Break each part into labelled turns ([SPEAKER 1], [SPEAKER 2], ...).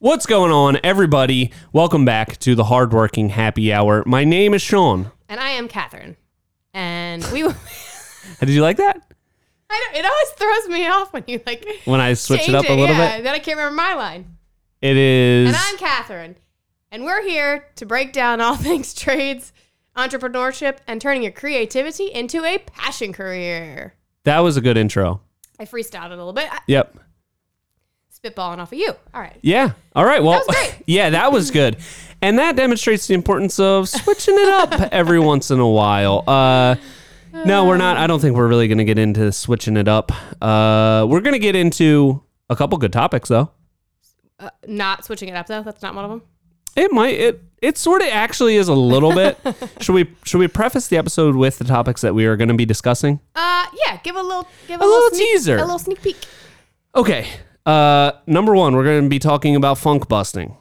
[SPEAKER 1] What's going on, everybody? Welcome back to the Hardworking Happy Hour. My name is Sean.
[SPEAKER 2] And I am Catherine. And we, I don't,
[SPEAKER 1] Did you like that?
[SPEAKER 2] it always throws me off when you like
[SPEAKER 1] When I switch
[SPEAKER 2] change
[SPEAKER 1] it up a little
[SPEAKER 2] yeah,
[SPEAKER 1] bit,
[SPEAKER 2] Then I can't remember my line.
[SPEAKER 1] it is.
[SPEAKER 2] And I'm Catherine. And we're here to break down all things trades, entrepreneurship, and turning your creativity into a passion career.
[SPEAKER 1] that was a good intro.
[SPEAKER 2] I freestyled a little bit. I,
[SPEAKER 1] Yep.
[SPEAKER 2] spitballing off of you. All right.
[SPEAKER 1] Yeah. All right. Well,
[SPEAKER 2] That was great.
[SPEAKER 1] yeah, that was good. And that demonstrates the importance of switching it up every once in a while. Uh, no, we're not. I don't think we're really going to get into switching it up. Uh, we're going to get into a couple good topics, though.
[SPEAKER 2] Uh, not switching it up though. That's not one of them.
[SPEAKER 1] It might. It it sort of actually is a little bit. should we should we preface the episode with the topics that we are going to be discussing?
[SPEAKER 2] Uh, yeah. Give a little, give a,
[SPEAKER 1] little
[SPEAKER 2] sneak-
[SPEAKER 1] teaser.
[SPEAKER 2] a little sneak peek.
[SPEAKER 1] Okay. Uh, number one, we're going to be talking about funk busting,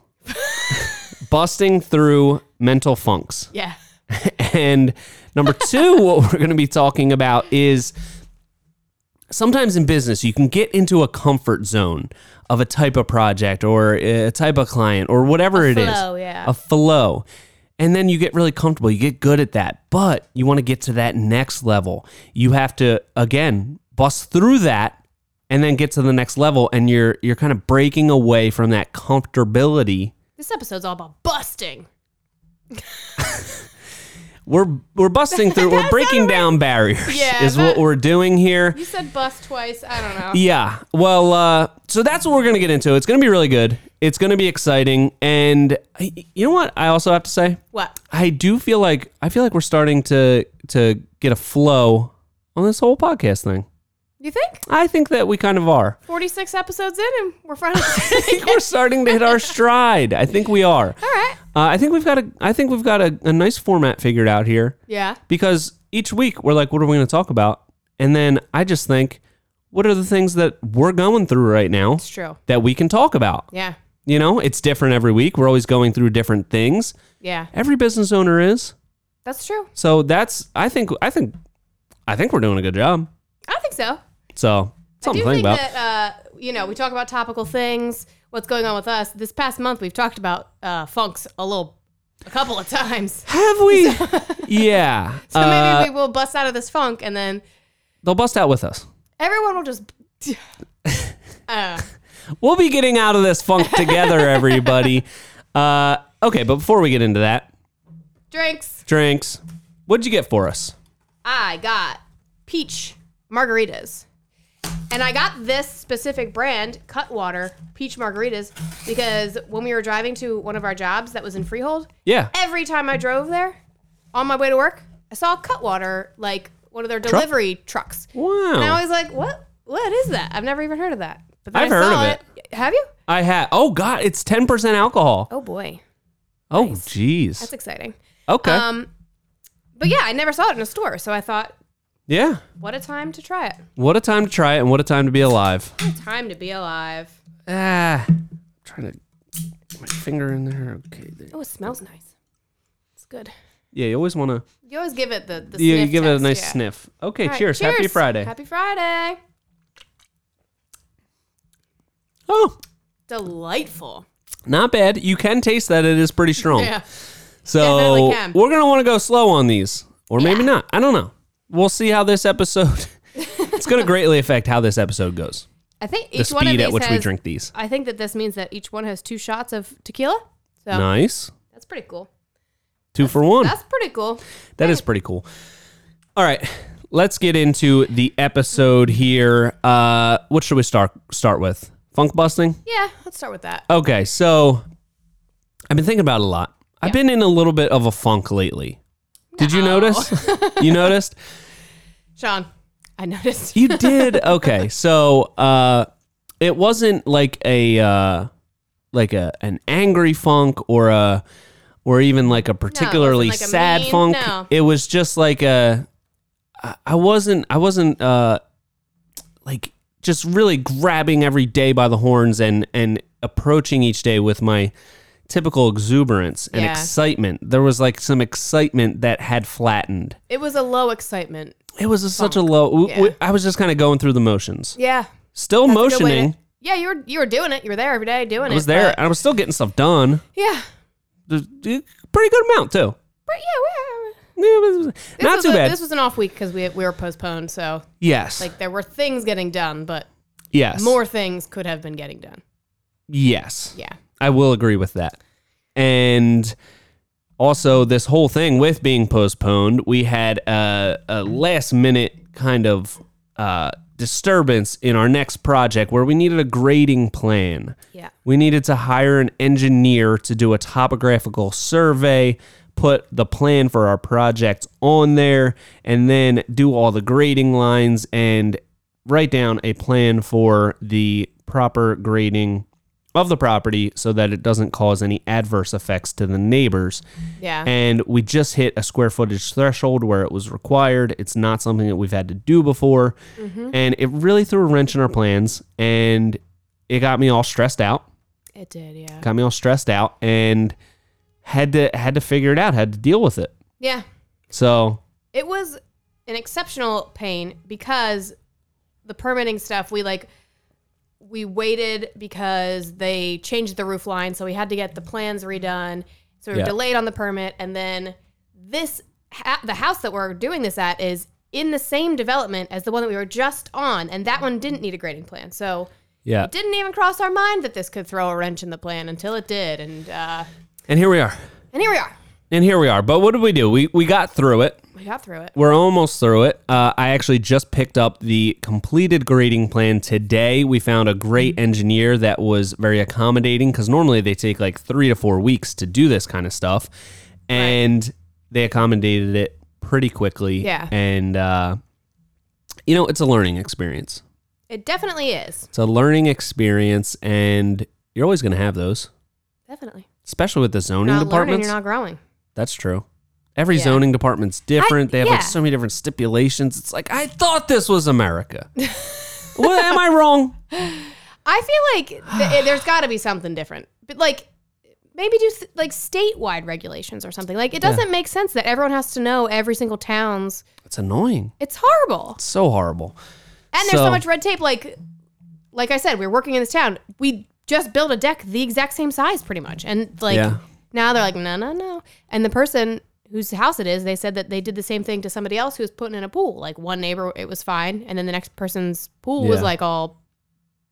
[SPEAKER 1] busting through mental funks.
[SPEAKER 2] Yeah.
[SPEAKER 1] And number two, what we're going to be talking about is sometimes in business, you can get into a comfort zone of a type of project or a type of client or whatever it is,
[SPEAKER 2] flow, yeah.
[SPEAKER 1] a flow. And then you get really comfortable, you get good at that, but you want to get to that next level. You have to, again, bust through that and then get to the next level and you're you're kind of breaking away from that comfortability
[SPEAKER 2] This episode's all about busting.
[SPEAKER 1] we're we're busting through we're breaking down barriers
[SPEAKER 2] Yeah,
[SPEAKER 1] is
[SPEAKER 2] that-
[SPEAKER 1] what we're doing here
[SPEAKER 2] You said bust twice. I don't know.
[SPEAKER 1] yeah well uh, so that's what we're gonna get into it's gonna be really good it's gonna be exciting and I, you know what i also have to say
[SPEAKER 2] What?
[SPEAKER 1] i do feel like i feel like we're starting to to get a flow on this whole podcast thing
[SPEAKER 2] You think?
[SPEAKER 1] i think that we kind of are
[SPEAKER 2] 46 episodes in and we're finally
[SPEAKER 1] i think we're starting to hit our stride i think we are
[SPEAKER 2] all right
[SPEAKER 1] uh, i think we've got a i think we've got a, a nice format figured out here
[SPEAKER 2] yeah
[SPEAKER 1] because each week we're like, what are we going to talk about? And then I just think, what are the things that we're going through right now
[SPEAKER 2] it's true
[SPEAKER 1] that we can talk about?
[SPEAKER 2] yeah
[SPEAKER 1] You know, it's different every week. We're always going through different things.
[SPEAKER 2] yeah
[SPEAKER 1] Every business owner is.
[SPEAKER 2] that's true
[SPEAKER 1] So that's I think I think I think we're doing a good job.
[SPEAKER 2] i think so
[SPEAKER 1] So
[SPEAKER 2] i
[SPEAKER 1] something
[SPEAKER 2] do
[SPEAKER 1] to think
[SPEAKER 2] think
[SPEAKER 1] about.
[SPEAKER 2] that uh, you know we talk about topical things what's going on with us this past month we've talked about uh, funks a little a couple of times
[SPEAKER 1] Have we? yeah.
[SPEAKER 2] so
[SPEAKER 1] Uh,
[SPEAKER 2] maybe we will bust out of this funk and then
[SPEAKER 1] they'll bust out with us.
[SPEAKER 2] everyone will just uh,
[SPEAKER 1] We'll be getting out of this funk together, everybody. Uh, okay, but before we get into that,
[SPEAKER 2] drinks
[SPEAKER 1] drinks. What'd you get for us?
[SPEAKER 2] I got peach margaritas. And I got this specific brand, Cutwater Peach Margaritas, because when we were driving to one of our jobs that was in Freehold,
[SPEAKER 1] Yeah.
[SPEAKER 2] every time I drove there on my way to work, I saw Cutwater, like one of their delivery trucks. And I
[SPEAKER 1] Wow.
[SPEAKER 2] was like, what? What is that? I've never even heard of that. But
[SPEAKER 1] I've heard
[SPEAKER 2] saw
[SPEAKER 1] of it.
[SPEAKER 2] Have you?
[SPEAKER 1] I had. Oh God, it's ten percent alcohol.
[SPEAKER 2] Oh, boy.
[SPEAKER 1] Oh jeez.
[SPEAKER 2] That's exciting.
[SPEAKER 1] okay.
[SPEAKER 2] Um, but yeah, I never saw it in a store. So I thought,
[SPEAKER 1] yeah.
[SPEAKER 2] what a time to try it.
[SPEAKER 1] What a time to try it, and what a time to be alive.
[SPEAKER 2] What a time to be alive.
[SPEAKER 1] Ah, trying to get my finger in there. Okay. There.
[SPEAKER 2] Oh, it smells nice. It's good.
[SPEAKER 1] Yeah, you always want to.
[SPEAKER 2] You always give it the, the
[SPEAKER 1] You,
[SPEAKER 2] sniff
[SPEAKER 1] give it a
[SPEAKER 2] test,
[SPEAKER 1] nice
[SPEAKER 2] yeah.
[SPEAKER 1] sniff. Okay.
[SPEAKER 2] All right,
[SPEAKER 1] cheers. Happy Friday.
[SPEAKER 2] Happy Friday.
[SPEAKER 1] oh,
[SPEAKER 2] Delightful.
[SPEAKER 1] not bad. You can taste that it is pretty strong.
[SPEAKER 2] Yeah.
[SPEAKER 1] So
[SPEAKER 2] definitely can.
[SPEAKER 1] we're gonna want to go slow on these, or maybe not. I don't know. We'll see how this episode. it's gonna greatly affect how this episode goes.
[SPEAKER 2] I think
[SPEAKER 1] The
[SPEAKER 2] each one of
[SPEAKER 1] speed
[SPEAKER 2] these
[SPEAKER 1] at which we
[SPEAKER 2] has-
[SPEAKER 1] drink these.
[SPEAKER 2] I think that this means that each one has two shots of tequila. So
[SPEAKER 1] Nice.
[SPEAKER 2] that's pretty cool.
[SPEAKER 1] Two for one.
[SPEAKER 2] That's pretty cool.
[SPEAKER 1] That is pretty cool. All right, let's get into the episode here. Uh, what should we start start with? Funk busting.
[SPEAKER 2] Yeah, let's start with that.
[SPEAKER 1] Okay, so I've been thinking about it a lot. I've been in a little bit of a funk lately. Did you
[SPEAKER 2] No.
[SPEAKER 1] notice? you noticed?
[SPEAKER 2] Sean, I noticed.
[SPEAKER 1] You did. Okay, so uh, it wasn't like a uh, like a an angry funk or a or even like a particularly
[SPEAKER 2] like a
[SPEAKER 1] sad
[SPEAKER 2] mean-
[SPEAKER 1] funk.
[SPEAKER 2] no.
[SPEAKER 1] It was just like a I- I wasn't I wasn't uh, like just really grabbing every day by the horns and and approaching each day with my typical exuberance and
[SPEAKER 2] Yeah.
[SPEAKER 1] excitement. There was like some excitement that had flattened.
[SPEAKER 2] It was a low excitement.
[SPEAKER 1] It was a, such a low. w- w-
[SPEAKER 2] Yeah.
[SPEAKER 1] I was just kind of going through the motions
[SPEAKER 2] Yeah.
[SPEAKER 1] still
[SPEAKER 2] a good way to-
[SPEAKER 1] motioning
[SPEAKER 2] Yeah, you were you were doing it. You were there every day doing
[SPEAKER 1] I
[SPEAKER 2] it.
[SPEAKER 1] was there
[SPEAKER 2] but-
[SPEAKER 1] and I was still getting stuff done.
[SPEAKER 2] yeah.
[SPEAKER 1] There's a pretty good amount too.
[SPEAKER 2] But yeah, we-
[SPEAKER 1] Yeah, it was-
[SPEAKER 2] this
[SPEAKER 1] Not
[SPEAKER 2] was
[SPEAKER 1] too
[SPEAKER 2] a-
[SPEAKER 1] bad.
[SPEAKER 2] This was an off week because we we were postponed, so
[SPEAKER 1] yes.
[SPEAKER 2] like there were things getting done, but
[SPEAKER 1] yes.
[SPEAKER 2] more things could have been getting done.
[SPEAKER 1] Yes.
[SPEAKER 2] Yeah.
[SPEAKER 1] I will agree with that. And also, this whole thing with being postponed, we had a, a last minute kind of uh, disturbance in our next project where we needed a grading plan.
[SPEAKER 2] Yeah.
[SPEAKER 1] We needed to hire an engineer to do a topographical survey, put the plan for our project on there, and then do all the grading lines and write down a plan for the proper grading of the property so that it doesn't cause any adverse effects to the neighbors.
[SPEAKER 2] Yeah.
[SPEAKER 1] And we just hit a square footage threshold where it was required. It's not something that we've had to do before. And it really threw a wrench in our plans. And it got me all stressed out.
[SPEAKER 2] it did, yeah.
[SPEAKER 1] Got me all stressed out and had to had to figure it out, had to deal with it.
[SPEAKER 2] Yeah.
[SPEAKER 1] So
[SPEAKER 2] It was an exceptional pain because the permitting stuff we like we waited because they changed the roof line, so we had to get the plans redone. So we were
[SPEAKER 1] Yeah.
[SPEAKER 2] delayed on the permit, and then this ha- the house that we're doing this at is in the same development as the one that we were just on, and that one didn't need a grading plan. So
[SPEAKER 1] yeah.
[SPEAKER 2] it didn't even cross our mind that this could throw a wrench in the plan until it did, and uh,
[SPEAKER 1] And here we are.
[SPEAKER 2] and here we are.
[SPEAKER 1] And here we are. But what did we do? We we got through it.
[SPEAKER 2] We got through it.
[SPEAKER 1] We're almost through it. Uh, I actually just picked up the completed grading plan today. We found a great engineer that was very accommodating because normally they take like three to four weeks to do this kind of stuff, and they accommodated it pretty quickly.
[SPEAKER 2] Yeah.
[SPEAKER 1] and uh, you know it's a learning experience.
[SPEAKER 2] It definitely is.
[SPEAKER 1] It's a learning experience, and you're always going to have those,
[SPEAKER 2] Definitely.
[SPEAKER 1] especially with the zoning
[SPEAKER 2] Not learning,
[SPEAKER 1] departments.
[SPEAKER 2] you're not growing.
[SPEAKER 1] That's true. Every
[SPEAKER 2] Yeah.
[SPEAKER 1] zoning department's different.
[SPEAKER 2] I-
[SPEAKER 1] they have
[SPEAKER 2] yeah.
[SPEAKER 1] like so many different stipulations. It's like I thought this was America. well, am I wrong?
[SPEAKER 2] I feel like th- there's got to be something different, but like maybe do s- like statewide regulations or something. Like it doesn't make sense that everyone has to know every single town's.
[SPEAKER 1] It's annoying.
[SPEAKER 2] It's horrible,
[SPEAKER 1] It's so horrible.
[SPEAKER 2] and there's so,
[SPEAKER 1] So-
[SPEAKER 2] much red tape. Like, like I said, we are working in this town. We just built a deck the exact same size, pretty much, and like
[SPEAKER 1] Yeah.
[SPEAKER 2] now they're like, no, no, no. And the person whose house it is, they said that they did the same thing to somebody else who was putting in a pool. Like one neighbor, it was fine, and then the next person's pool was
[SPEAKER 1] Yeah.
[SPEAKER 2] like all.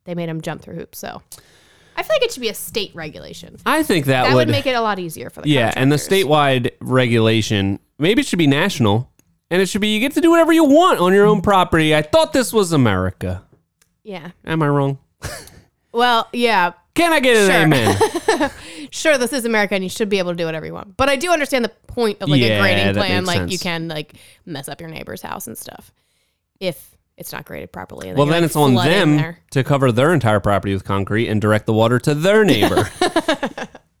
[SPEAKER 2] They made him jump through hoops, so I feel like it should be a state regulation.
[SPEAKER 1] I think that,
[SPEAKER 2] That
[SPEAKER 1] would,
[SPEAKER 2] would, make it a lot easier for the
[SPEAKER 1] yeah, and the
[SPEAKER 2] contractors.
[SPEAKER 1] statewide regulation maybe it should be national, and it should be you get to do whatever you want on your own property. I thought this was America.
[SPEAKER 2] Yeah.
[SPEAKER 1] Am I wrong?
[SPEAKER 2] Well, yeah.
[SPEAKER 1] Can I get an
[SPEAKER 2] Sure.
[SPEAKER 1] amen?
[SPEAKER 2] Sure, this is America, and you should be able to do whatever you want. But I do understand the point of like
[SPEAKER 1] Yeah,
[SPEAKER 2] a
[SPEAKER 1] that
[SPEAKER 2] grading plan.
[SPEAKER 1] makes
[SPEAKER 2] Like you
[SPEAKER 1] sense.
[SPEAKER 2] can like mess up your neighbor's house and stuff if it's not graded properly. and
[SPEAKER 1] well,
[SPEAKER 2] you're,
[SPEAKER 1] then
[SPEAKER 2] like,
[SPEAKER 1] it's on
[SPEAKER 2] flooding
[SPEAKER 1] them
[SPEAKER 2] there.
[SPEAKER 1] to cover their entire property with concrete and direct the water to their neighbor.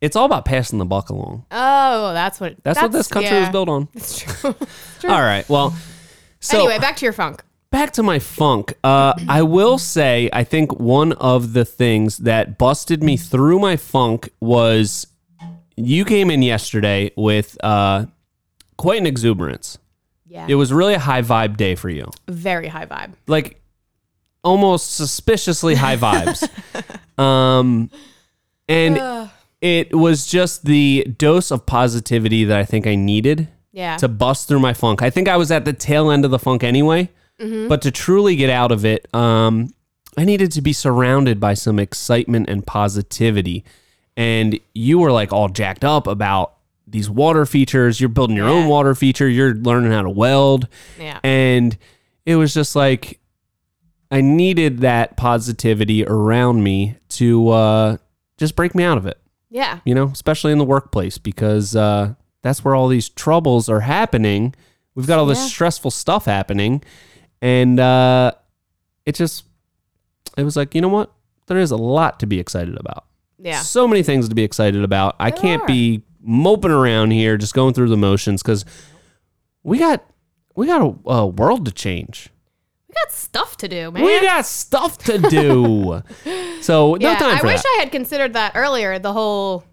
[SPEAKER 1] it's all about passing the buck along.
[SPEAKER 2] Oh, that's what.
[SPEAKER 1] That's, what this country was
[SPEAKER 2] yeah.
[SPEAKER 1] built on.
[SPEAKER 2] It's true.
[SPEAKER 1] All right. Well, so
[SPEAKER 2] anyway, back to your funk.
[SPEAKER 1] back to my funk. Uh, I will say, I think one of the things that busted me through my funk was you came in yesterday with uh, quite an exuberance.
[SPEAKER 2] Yeah.
[SPEAKER 1] It was really a high vibe day for you,
[SPEAKER 2] Very high vibe.
[SPEAKER 1] like almost suspiciously high vibes. um, and
[SPEAKER 2] Uh,
[SPEAKER 1] it was just the dose of positivity that I think I needed
[SPEAKER 2] Yeah.
[SPEAKER 1] to bust through my funk. I think I was at the tail end of the funk anyway,
[SPEAKER 2] Mm-hmm.
[SPEAKER 1] but to truly get out of it, um, I needed to be surrounded by some excitement and positivity. And you were like all jacked up about these water features. You're building your own
[SPEAKER 2] Yeah.
[SPEAKER 1] water feature. You're learning how to weld,
[SPEAKER 2] yeah.
[SPEAKER 1] and it was just like I needed that positivity around me to uh, just break me out of it
[SPEAKER 2] Yeah.
[SPEAKER 1] you know, especially in the workplace because uh, that's where all these troubles are happening. We've got all this
[SPEAKER 2] Yeah.
[SPEAKER 1] stressful stuff happening, and uh, it just it was like you know what? There is a lot to be excited about.
[SPEAKER 2] Yeah.
[SPEAKER 1] So many things to be excited about. I
[SPEAKER 2] There
[SPEAKER 1] can't
[SPEAKER 2] are.
[SPEAKER 1] be moping around here just going through the motions because we got we got a, a world to change.
[SPEAKER 2] We got stuff to do, man.
[SPEAKER 1] We got stuff to do. so no time
[SPEAKER 2] I
[SPEAKER 1] for
[SPEAKER 2] wish
[SPEAKER 1] that.
[SPEAKER 2] I had considered that earlier. The whole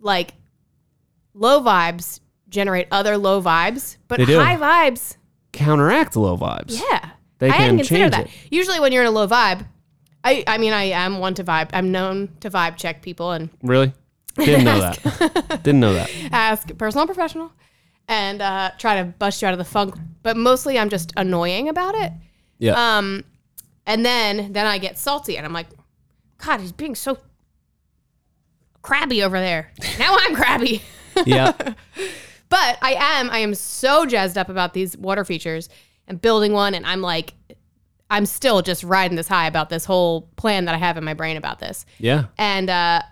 [SPEAKER 2] like low vibes generate other low vibes, but
[SPEAKER 1] They do.
[SPEAKER 2] high vibes,
[SPEAKER 1] Counteract low vibes.
[SPEAKER 2] yeah.
[SPEAKER 1] They
[SPEAKER 2] I
[SPEAKER 1] can
[SPEAKER 2] hadn't considered
[SPEAKER 1] change
[SPEAKER 2] that. Usually, when you're in a low vibe, I, I mean, I am one to vibe. I'm known to vibe check people and
[SPEAKER 1] Really? Didn't know that. Didn't know that.
[SPEAKER 2] ask personal and professional and uh, try to bust you out of the funk. But mostly I'm just annoying about it.
[SPEAKER 1] Yeah.
[SPEAKER 2] Um, and then then I get salty and I'm like, God, he's being so crabby over there. Now I'm crabby.
[SPEAKER 1] yeah.
[SPEAKER 2] But I am, I am so jazzed up about these water features and building one. And I'm like, I'm still just riding this high about this whole plan that I have in my brain about this.
[SPEAKER 1] Yeah.
[SPEAKER 2] And uh,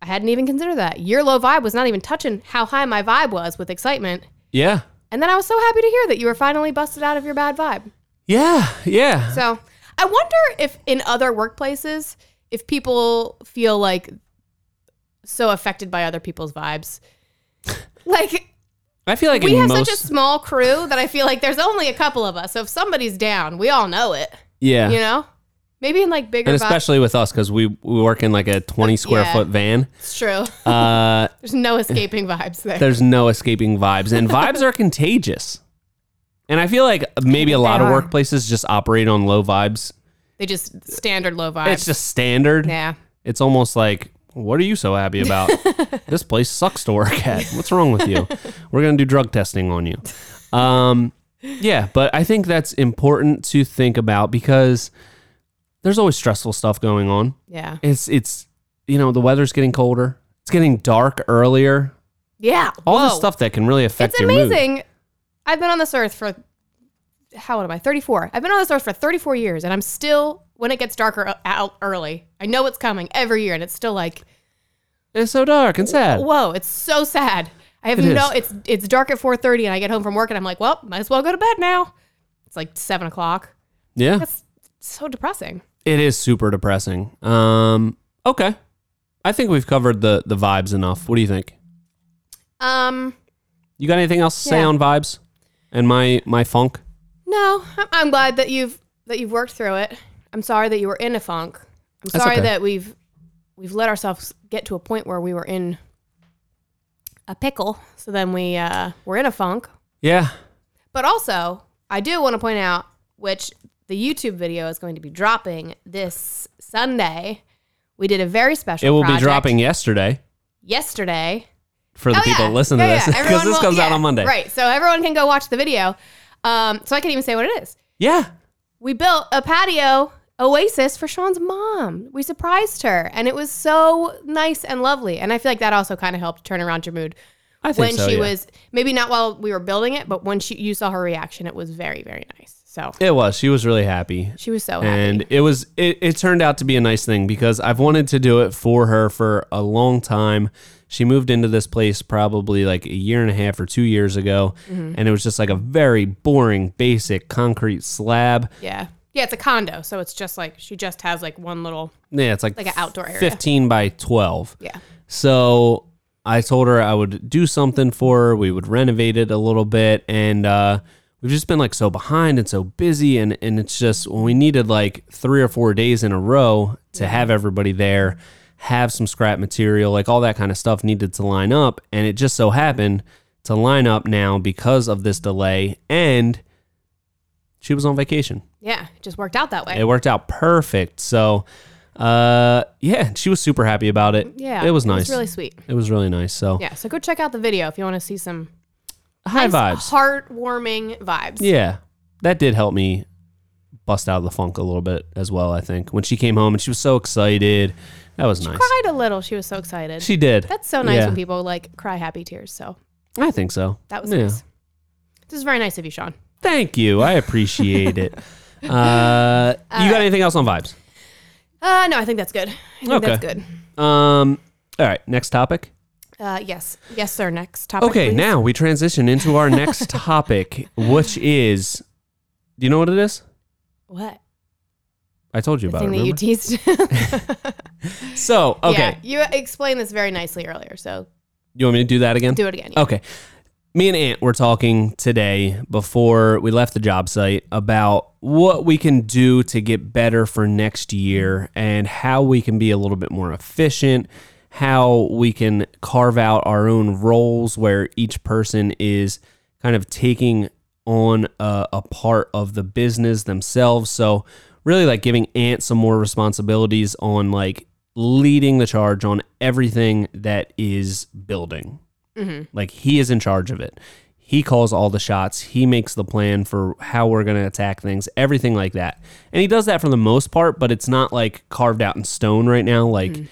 [SPEAKER 2] I hadn't even considered that. Your low vibe was not even touching how high my vibe was with excitement.
[SPEAKER 1] Yeah.
[SPEAKER 2] And then I was so happy to hear that you were finally busted out of your bad vibe.
[SPEAKER 1] Yeah. Yeah.
[SPEAKER 2] So I wonder if in other workplaces, if people feel like so affected by other people's vibes. Like,
[SPEAKER 1] I feel like
[SPEAKER 2] we
[SPEAKER 1] in
[SPEAKER 2] have
[SPEAKER 1] most
[SPEAKER 2] such a small crew that I feel like there's only a couple of us. So if somebody's down, we all know it.
[SPEAKER 1] yeah.
[SPEAKER 2] You know, maybe in like bigger.
[SPEAKER 1] and
[SPEAKER 2] And
[SPEAKER 1] especially with us because we, we work in like a 20 square
[SPEAKER 2] Yeah.
[SPEAKER 1] foot van
[SPEAKER 2] it's true.
[SPEAKER 1] uh,
[SPEAKER 2] there's no escaping vibes there.
[SPEAKER 1] there's no escaping vibes and vibes are contagious and i feel like maybe a lot
[SPEAKER 2] They
[SPEAKER 1] of
[SPEAKER 2] are.
[SPEAKER 1] workplaces just operate on low vibes
[SPEAKER 2] They just standard low vibes.
[SPEAKER 1] it's just standard
[SPEAKER 2] yeah.
[SPEAKER 1] it's almost like what are you so happy about this place sucks to work at what's wrong with you we're gonna do drug testing on you um, yeah but i think that's important to think about because there's always stressful stuff going on
[SPEAKER 2] Yeah.
[SPEAKER 1] it's it's you know the weather's getting colder it's getting dark earlier
[SPEAKER 2] Yeah.
[SPEAKER 1] all the
[SPEAKER 2] Whoa.
[SPEAKER 1] stuff that can really affect
[SPEAKER 2] It's
[SPEAKER 1] your mood.
[SPEAKER 2] amazing. I've been on this earth for how old am I? 34. I've been on this earth for 34 years and I'm still when it gets darker uh, out early. I know it's coming every year and it's still like
[SPEAKER 1] It's so dark and sad.
[SPEAKER 2] whoa, it's so sad. I have
[SPEAKER 1] It
[SPEAKER 2] no.
[SPEAKER 1] is.
[SPEAKER 2] It's it's dark at four thirty, and I get home from work, and I'm like, well, might as well go to bed now. It's like seven o'clock.
[SPEAKER 1] yeah,
[SPEAKER 2] That's so depressing.
[SPEAKER 1] it is super depressing. Um, okay, I think we've covered the the vibes enough. What do you think?
[SPEAKER 2] Um,
[SPEAKER 1] You got anything else to say
[SPEAKER 2] Yeah.
[SPEAKER 1] on vibes and my my funk?
[SPEAKER 2] no, I'm, I'm glad that you've that you've worked through it. I'm sorry that you were in a funk. I'm sorry
[SPEAKER 1] okay.
[SPEAKER 2] that we've we've let ourselves get to a point where we were in a pickle. So then we uh, were in a funk.
[SPEAKER 1] Yeah,
[SPEAKER 2] But also, I do want to point out which the YouTube video is going to be dropping this Sunday. We did a very special.
[SPEAKER 1] it will
[SPEAKER 2] project
[SPEAKER 1] be dropping yesterday
[SPEAKER 2] yesterday.
[SPEAKER 1] for the
[SPEAKER 2] Oh,
[SPEAKER 1] people
[SPEAKER 2] yeah.
[SPEAKER 1] that listen
[SPEAKER 2] Yeah,
[SPEAKER 1] to this
[SPEAKER 2] yeah.
[SPEAKER 1] because
[SPEAKER 2] Everyone
[SPEAKER 1] this
[SPEAKER 2] will-
[SPEAKER 1] comes out
[SPEAKER 2] yeah,
[SPEAKER 1] on Monday.
[SPEAKER 2] right? So everyone can go watch the video. Um, so I can even say what it is.
[SPEAKER 1] Yeah.
[SPEAKER 2] We built a patio oasis for Sean's mom. We surprised her, and it was so nice and lovely. And I feel like that also kind of helped turn around your mood
[SPEAKER 1] I think
[SPEAKER 2] when
[SPEAKER 1] so,
[SPEAKER 2] she
[SPEAKER 1] yeah.
[SPEAKER 2] was maybe not while we were building it, but when she you saw her reaction, it was very very nice. So
[SPEAKER 1] It was. She was really happy.
[SPEAKER 2] she was so happy.
[SPEAKER 1] and it was it, it turned out to be a nice thing because i've wanted to do it for her for a long time she moved into this place probably like a year and a half or two years ago
[SPEAKER 2] Mm-hmm.
[SPEAKER 1] and it was just like a very boring basic concrete slab
[SPEAKER 2] Yeah. Yeah, it's a condo, so it's just like she just has like one little
[SPEAKER 1] yeah it's like
[SPEAKER 2] Like an outdoor area.
[SPEAKER 1] 15 by 12
[SPEAKER 2] yeah.
[SPEAKER 1] So I told her I would do something for her. We would renovate it a little bit, and uh, we've just been like so behind and so busy, and and it's just when we needed like three or four days in a row to have everybody there, have some scrap material, like all that kind of stuff needed to line up, and it just so happened to line up now because of this delay and. She was on vacation.
[SPEAKER 2] Yeah, it just worked out that way.
[SPEAKER 1] It worked out perfect. So, uh, yeah, she was super happy about it.
[SPEAKER 2] yeah.
[SPEAKER 1] it was nice.
[SPEAKER 2] It's really sweet.
[SPEAKER 1] It was really nice. So
[SPEAKER 2] Yeah, so go check out the video if you want to see some
[SPEAKER 1] high vibes.
[SPEAKER 2] nice, heartwarming vibes.
[SPEAKER 1] Yeah, that did help me bust out of the funk a little bit as well. I think when she came home and she was so excited, that was nice.
[SPEAKER 2] Cried a little. She was so excited.
[SPEAKER 1] She did.
[SPEAKER 2] That's so nice
[SPEAKER 1] Yeah.
[SPEAKER 2] when people like cry happy tears. So
[SPEAKER 1] I think so.
[SPEAKER 2] that was
[SPEAKER 1] Yeah.
[SPEAKER 2] nice. This is very nice of you, Sean.
[SPEAKER 1] Thank you. I appreciate it. Uh, you got anything else on vibes?
[SPEAKER 2] Uh, no, I think that's good. I think
[SPEAKER 1] Okay.
[SPEAKER 2] that's good.
[SPEAKER 1] Um. All right. Next topic.
[SPEAKER 2] Uh, yes, yes, sir. Next topic.
[SPEAKER 1] Okay.
[SPEAKER 2] please.
[SPEAKER 1] Now we transition into our next topic, which is, do you know what it is?
[SPEAKER 2] what
[SPEAKER 1] I told you
[SPEAKER 2] the
[SPEAKER 1] about
[SPEAKER 2] thing
[SPEAKER 1] it.
[SPEAKER 2] that you
[SPEAKER 1] remember?
[SPEAKER 2] teased?
[SPEAKER 1] so okay,
[SPEAKER 2] Yeah, you explained this very nicely earlier. So
[SPEAKER 1] you want me to do that again?
[SPEAKER 2] do it again.
[SPEAKER 1] Okay. Me and Aunt were talking today before we left the job site about what we can do to get better for next year and how we can be a little bit more efficient, how we can carve out our own roles where each person is kind of taking on a, a part of the business themselves. So, really like giving Ant some more responsibilities on like leading the charge on everything that is building. Like he is in charge of it. He calls all the shots. He makes the plan for how we're going to attack things, everything like that. And he does that for the most part, but it's not like carved out in stone right now. Like,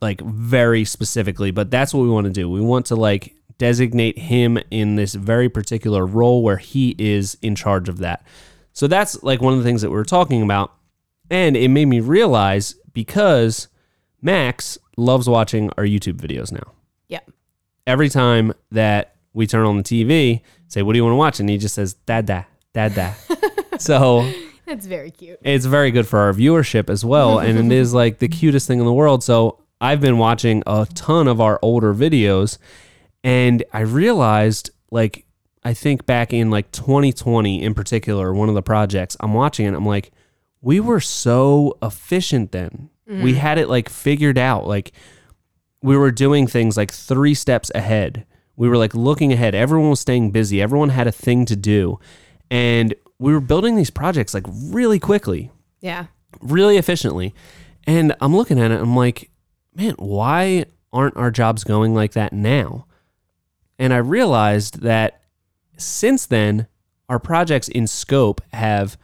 [SPEAKER 1] like very specifically, but that's what we want to do. We want to like designate him in this very particular role where he is in charge of that. So that's like one of the things that we were talking about. And it made me realize because Max loves watching our YouTube videos now.
[SPEAKER 2] Yep.
[SPEAKER 1] Every time that we turn on the TV, say, What do you want to watch? And he just says, Dada, Dada. so
[SPEAKER 2] That's very cute.
[SPEAKER 1] it's very good for our viewership as well and it is like the cutest thing in the world so i've been watching a ton of our older videos and i realized like i think back in like 2020 in particular one of the projects i'm watching and i'm like we were so efficient then we had it like figured out like we were doing things like three steps ahead. We were like looking ahead. Everyone was staying busy. Everyone had a thing to do. And we were building these projects like really quickly,
[SPEAKER 2] Yeah.
[SPEAKER 1] really efficiently. And I'm looking at it, I'm like, man, why aren't our jobs going like that now? And I realized that since then, our projects in scope have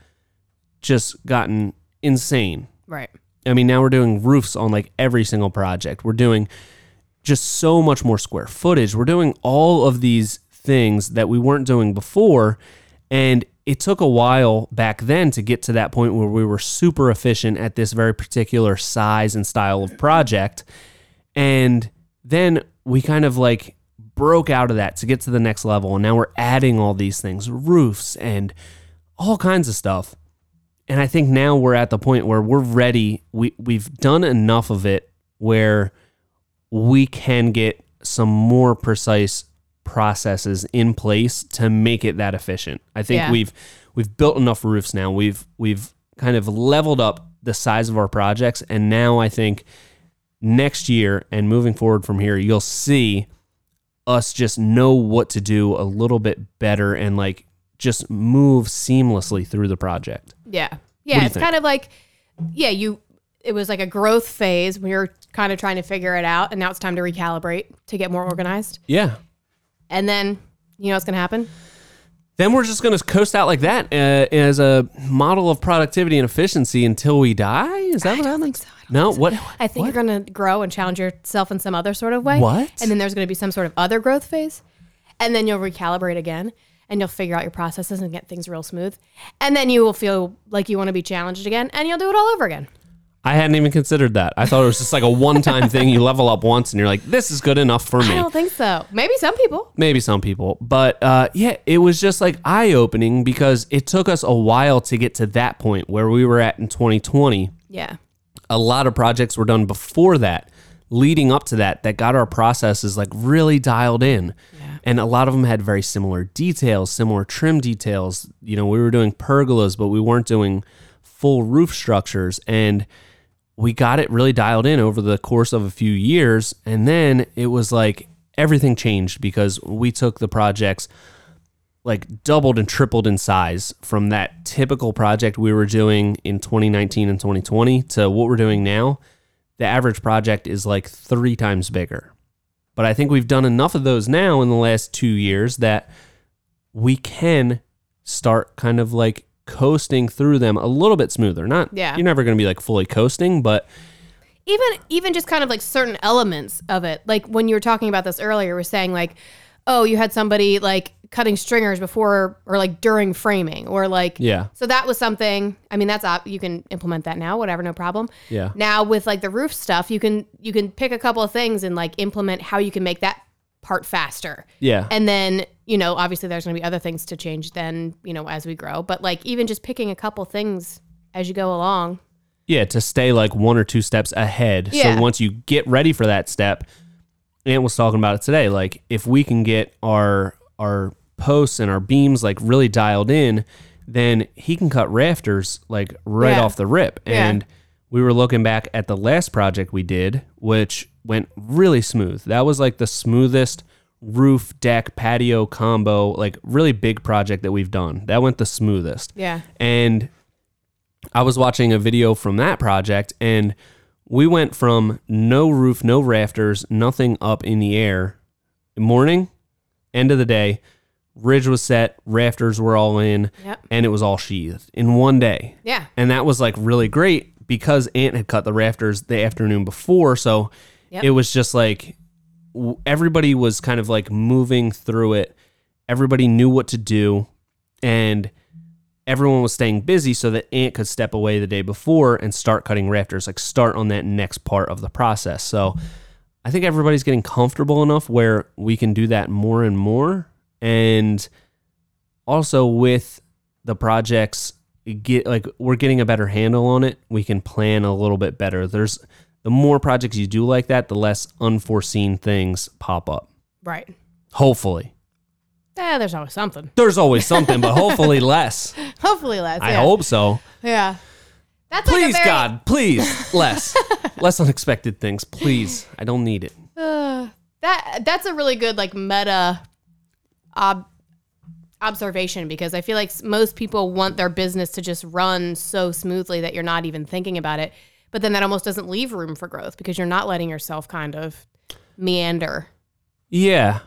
[SPEAKER 1] just gotten insane.
[SPEAKER 2] Right.
[SPEAKER 1] I mean, now we're doing roofs on like every single project. We're doing just so much more square footage. We're doing all of these things that we weren't doing before. And it took a while back then to get to that point where we were super efficient at this very particular size and style of project. And then we kind of like broke out of that to get to the next level. And now we're adding all these things roofs and all kinds of stuff and I think now we're at the point where we're ready. We we've done enough of it where we can get some more precise processes in place to make it that efficient. I think
[SPEAKER 2] Yeah.
[SPEAKER 1] we've we've built enough roofs now. We've we've kind of leveled up the size of our projects and now I think next year and moving forward from here you'll see us just know what to do a little bit better and like just move seamlessly through the project.
[SPEAKER 2] Yeah.
[SPEAKER 1] What do
[SPEAKER 2] Yeah.
[SPEAKER 1] you
[SPEAKER 2] It's
[SPEAKER 1] think?
[SPEAKER 2] kind of like, yeah, you, it was like a growth phase when you're kind of trying to figure it out. And now it's time to recalibrate to get more organized.
[SPEAKER 1] Yeah.
[SPEAKER 2] And then, you know what's going to happen?
[SPEAKER 1] Then we're just going to coast out like that uh, as a model of productivity and efficiency until we die. Is that what happens? No. What?
[SPEAKER 2] I think you're going to grow and challenge yourself in some other sort of way.
[SPEAKER 1] What?
[SPEAKER 2] And then there's going to be some sort of other growth phase. And then you'll recalibrate again and you'll figure out your processes and get things real smooth. And then you will feel like you want to be challenged again and you'll do it all over again.
[SPEAKER 1] I hadn't even considered that. I thought it was just like a one-time thing. You level up once, and you're like, "This is good enough for
[SPEAKER 2] I
[SPEAKER 1] me."
[SPEAKER 2] don't think so. Maybe some people.
[SPEAKER 1] Maybe some people, but uh, yeah, it was just like eye-opening because it took us a while to get to that point where we were at in 2020.
[SPEAKER 2] Yeah.
[SPEAKER 1] a lot of projects were done before that leading up to that that got our processes like really dialed in and a lot of them had very similar details similar trim details you know we were doing pergolas but we weren't doing full roof structures and we got it really dialed in over the course of a few years and then it was like everything changed because we took the projects like doubled and tripled in size from that typical project we were doing in 2019 and 2020 to what we're doing now. The average project is like three times bigger. But I think we've done enough of those now in the last two years that we can start kind of like coasting through them a little bit smoother. Not,
[SPEAKER 2] Yeah.
[SPEAKER 1] you're never going to be like fully coasting, but
[SPEAKER 2] even even just kind of like certain elements of it like when you were talking about this earlier we're saying like oh you had somebody like cutting stringers before or like during framing or like
[SPEAKER 1] Yeah.
[SPEAKER 2] so that was something i mean that's op- you can implement that now whatever no problem
[SPEAKER 1] Yeah.
[SPEAKER 2] now with like the roof stuff you can you can pick a couple of things and like implement how you can make that part faster
[SPEAKER 1] yeah.
[SPEAKER 2] and then, you know, obviously there's going to be other things to change then, you know, as we grow. But like even just picking a couple things as you go along.
[SPEAKER 1] Yeah, to stay like one or two steps ahead.
[SPEAKER 2] Yeah.
[SPEAKER 1] So once you get ready for that step, Ant was talking about it today. Like if we can get our our posts and our beams like really dialed in, then he can cut rafters like right
[SPEAKER 2] Yeah.
[SPEAKER 1] off the rip.
[SPEAKER 2] Yeah.
[SPEAKER 1] And we were looking back at the last project we did, which went really smooth. That was like the smoothest roof deck patio combo, like really big project that we've done. That went the smoothest
[SPEAKER 2] Yeah.
[SPEAKER 1] and I was watching a video from that project and we went from no roof, no rafters, nothing up in the air. Morning, end of the day, ridge was set, rafters were all in,
[SPEAKER 2] Yep.
[SPEAKER 1] and it was all sheathed in one day.
[SPEAKER 2] Yeah.
[SPEAKER 1] And that was like really great because Ant had cut the rafters the afternoon before. So
[SPEAKER 2] Yep.
[SPEAKER 1] it was just like w- everybody was kind of like moving through it. Everybody knew what to do. And everyone was staying busy so that Ant could step away the day before and start cutting rafters, like start on that next part of the process. So I think everybody's getting comfortable enough where we can do that more and more. And also with the projects get like we're getting a better handle on it we can plan a little bit better there's the more projects you do like that the less unforeseen things pop up
[SPEAKER 2] Right.
[SPEAKER 1] hopefully
[SPEAKER 2] Yeah, Eh, there's always something.
[SPEAKER 1] there's always something but hopefully less
[SPEAKER 2] Hopefully less.
[SPEAKER 1] i
[SPEAKER 2] yeah.
[SPEAKER 1] hope so
[SPEAKER 2] Yeah. That's
[SPEAKER 1] please
[SPEAKER 2] like a very,
[SPEAKER 1] god please less less unexpected things please i don't need it
[SPEAKER 2] Uh, that that's a really good like meta ob- observation because I feel like s- most people want their business to just run so smoothly that you're not even thinking about it. But then that almost doesn't leave room for growth because you're not letting yourself kind of meander.
[SPEAKER 1] Yeah.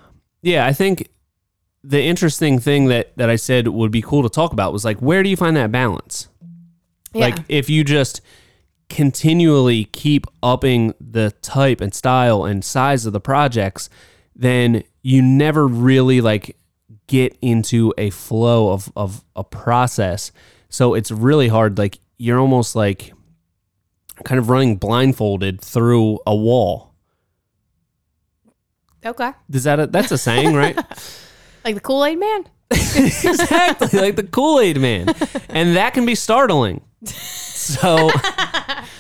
[SPEAKER 1] Yeah, I think the interesting thing that that I said would be cool to talk about was like where do you find that balance? Like
[SPEAKER 2] Yeah.
[SPEAKER 1] if you just continually keep upping the type and style and size of the projects, then you never really like get into a flow of of a process. So it's really hard like you're almost like kind of running blindfolded through a wall.
[SPEAKER 2] Okay,
[SPEAKER 1] Does that a, that's a saying, right?
[SPEAKER 2] like the Kool Aid Man.
[SPEAKER 1] exactly like the kool-aid man and that can be startling so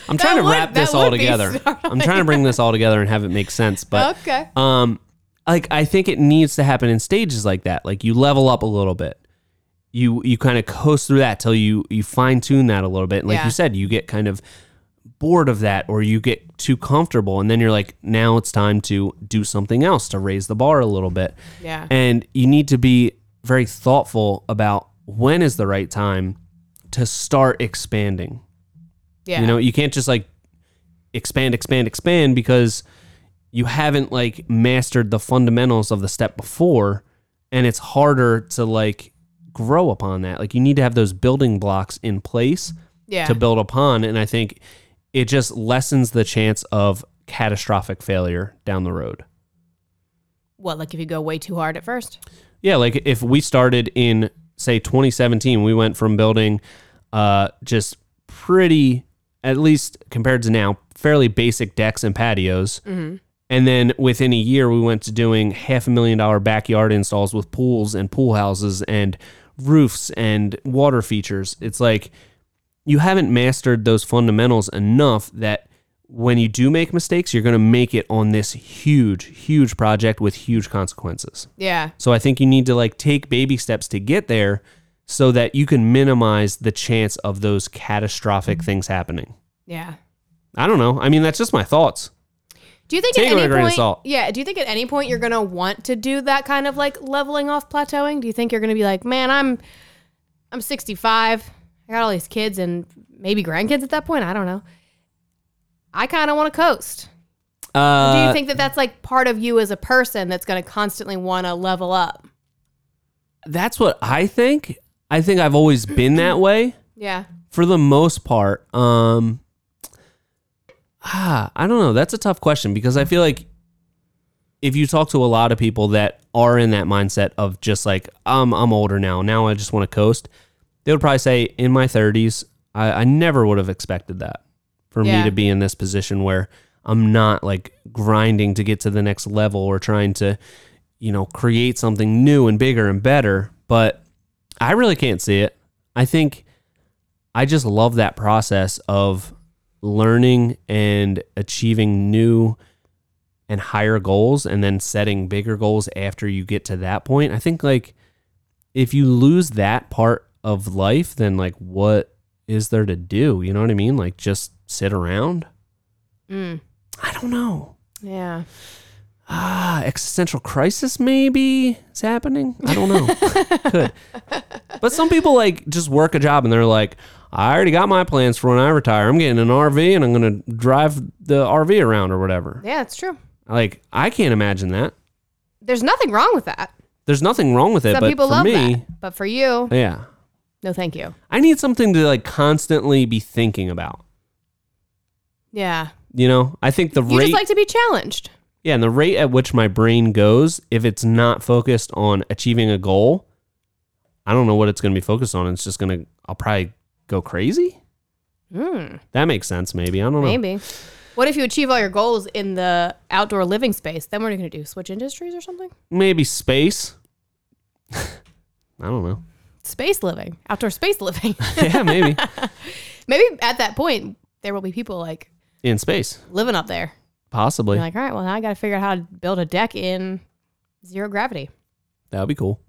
[SPEAKER 1] i'm trying to
[SPEAKER 2] would-
[SPEAKER 1] wrap this
[SPEAKER 2] that
[SPEAKER 1] all
[SPEAKER 2] would be
[SPEAKER 1] together i'm trying to bring this all together and have it make sense but
[SPEAKER 2] okay,
[SPEAKER 1] um like i think it needs to happen in stages like that like you level up a little bit you you kind of coast through that till you you fine tune that a little bit and like
[SPEAKER 2] Yeah.
[SPEAKER 1] you said you get kind of bored of that or you get too comfortable and then you're like now it's time to do something else to raise the bar a little bit
[SPEAKER 2] yeah,
[SPEAKER 1] and you need to be very thoughtful about when is the right time to start expanding.
[SPEAKER 2] yeah,
[SPEAKER 1] You know, you can't just like expand, expand, expand because you haven't like mastered the fundamentals of the step before. And it's harder to like grow upon that. Like, you need to have those building blocks in place
[SPEAKER 2] yeah.
[SPEAKER 1] to build upon. And I think it just lessens the chance of catastrophic failure down the road.
[SPEAKER 2] what, like if you go way too hard at first?
[SPEAKER 1] Yeah, like if we started in say 2017, we went from building uh just pretty at least compared to now fairly basic decks and patios. And then within a year we went to doing half a million dollar backyard installs with pools and pool houses and roofs and water features. It's like you haven't mastered those fundamentals enough that when you do make mistakes, you're going to make it on this huge, huge project with huge consequences.
[SPEAKER 2] Yeah,
[SPEAKER 1] So I think you need to like take baby steps to get there so that you can minimize the chance of those catastrophic things happening.
[SPEAKER 2] yeah.
[SPEAKER 1] I don't know. I mean, that's just my thoughts.
[SPEAKER 2] Do you think
[SPEAKER 1] Take it
[SPEAKER 2] at
[SPEAKER 1] with a
[SPEAKER 2] any
[SPEAKER 1] grain of
[SPEAKER 2] point?
[SPEAKER 1] salt.
[SPEAKER 2] Yeah. Do you think at any point you're gonna want to do that kind of like leveling off, plateauing? Do you think you're gonna be like, man, I'm, I'm 65. I got all these kids and maybe grandkids at that point. I don't know. I kind of want to coast. Do
[SPEAKER 1] Uh,
[SPEAKER 2] you think that that's like part of you as a person that's gonna constantly want to level up?
[SPEAKER 1] that's what I think. I think I've always been that way
[SPEAKER 2] Yeah.
[SPEAKER 1] for the most part. Um, ah, I don't know. That's a tough question because I feel like if you talk to a lot of people that are in that mindset of just like um, I'm older now, now I just want to coast, they would probably say in my 30s, I, I never would have expected that for
[SPEAKER 2] Yeah.
[SPEAKER 1] me to be in this position where I'm not like grinding to get to the next level or trying to, you know, create something new and bigger and better. But I really can't see it. I think I just love that process of learning and achieving new and higher goals and then setting bigger goals after you get to that point. I think like if you lose that part of life, then like what is there to do? You know what I mean? Like just sit around?
[SPEAKER 2] Mm.
[SPEAKER 1] I don't know.
[SPEAKER 2] Yeah.
[SPEAKER 1] Ah, existential crisis maybe is happening. I don't know. Could. But some people like just work a job and they're like, I already got my plans for when I retire. I'm getting an RV and I'm going to drive the RV around or whatever.
[SPEAKER 2] Yeah, it's true.
[SPEAKER 1] Like, I can't imagine that.
[SPEAKER 2] There's nothing wrong with that.
[SPEAKER 1] There's nothing wrong with it,
[SPEAKER 2] Some
[SPEAKER 1] but
[SPEAKER 2] people
[SPEAKER 1] for
[SPEAKER 2] love
[SPEAKER 1] me,
[SPEAKER 2] that, but for you,
[SPEAKER 1] yeah.
[SPEAKER 2] no, thank you.
[SPEAKER 1] I need something to like constantly be thinking about.
[SPEAKER 2] Yeah,
[SPEAKER 1] You know, I think the
[SPEAKER 2] you
[SPEAKER 1] rate
[SPEAKER 2] just like to be challenged.
[SPEAKER 1] Yeah, and the rate at which my brain goes, if it's not focused on achieving a goal, I don't know what it's going to be focused on. It's just going to, I'll probably go crazy.
[SPEAKER 2] Mm,
[SPEAKER 1] That makes sense, maybe. I don't know.
[SPEAKER 2] maybe. What if you achieve all your goals in the outdoor living space? Then what are you going to do? Switch industries or something?
[SPEAKER 1] Maybe space. I don't know.
[SPEAKER 2] Space living, outdoor space living.
[SPEAKER 1] Yeah, maybe.
[SPEAKER 2] Maybe at that point there will be people like
[SPEAKER 1] In space,
[SPEAKER 2] living up there.
[SPEAKER 1] possibly.
[SPEAKER 2] You're like, all right, well now I got to figure out how to build a deck in zero gravity.
[SPEAKER 1] that would be cool.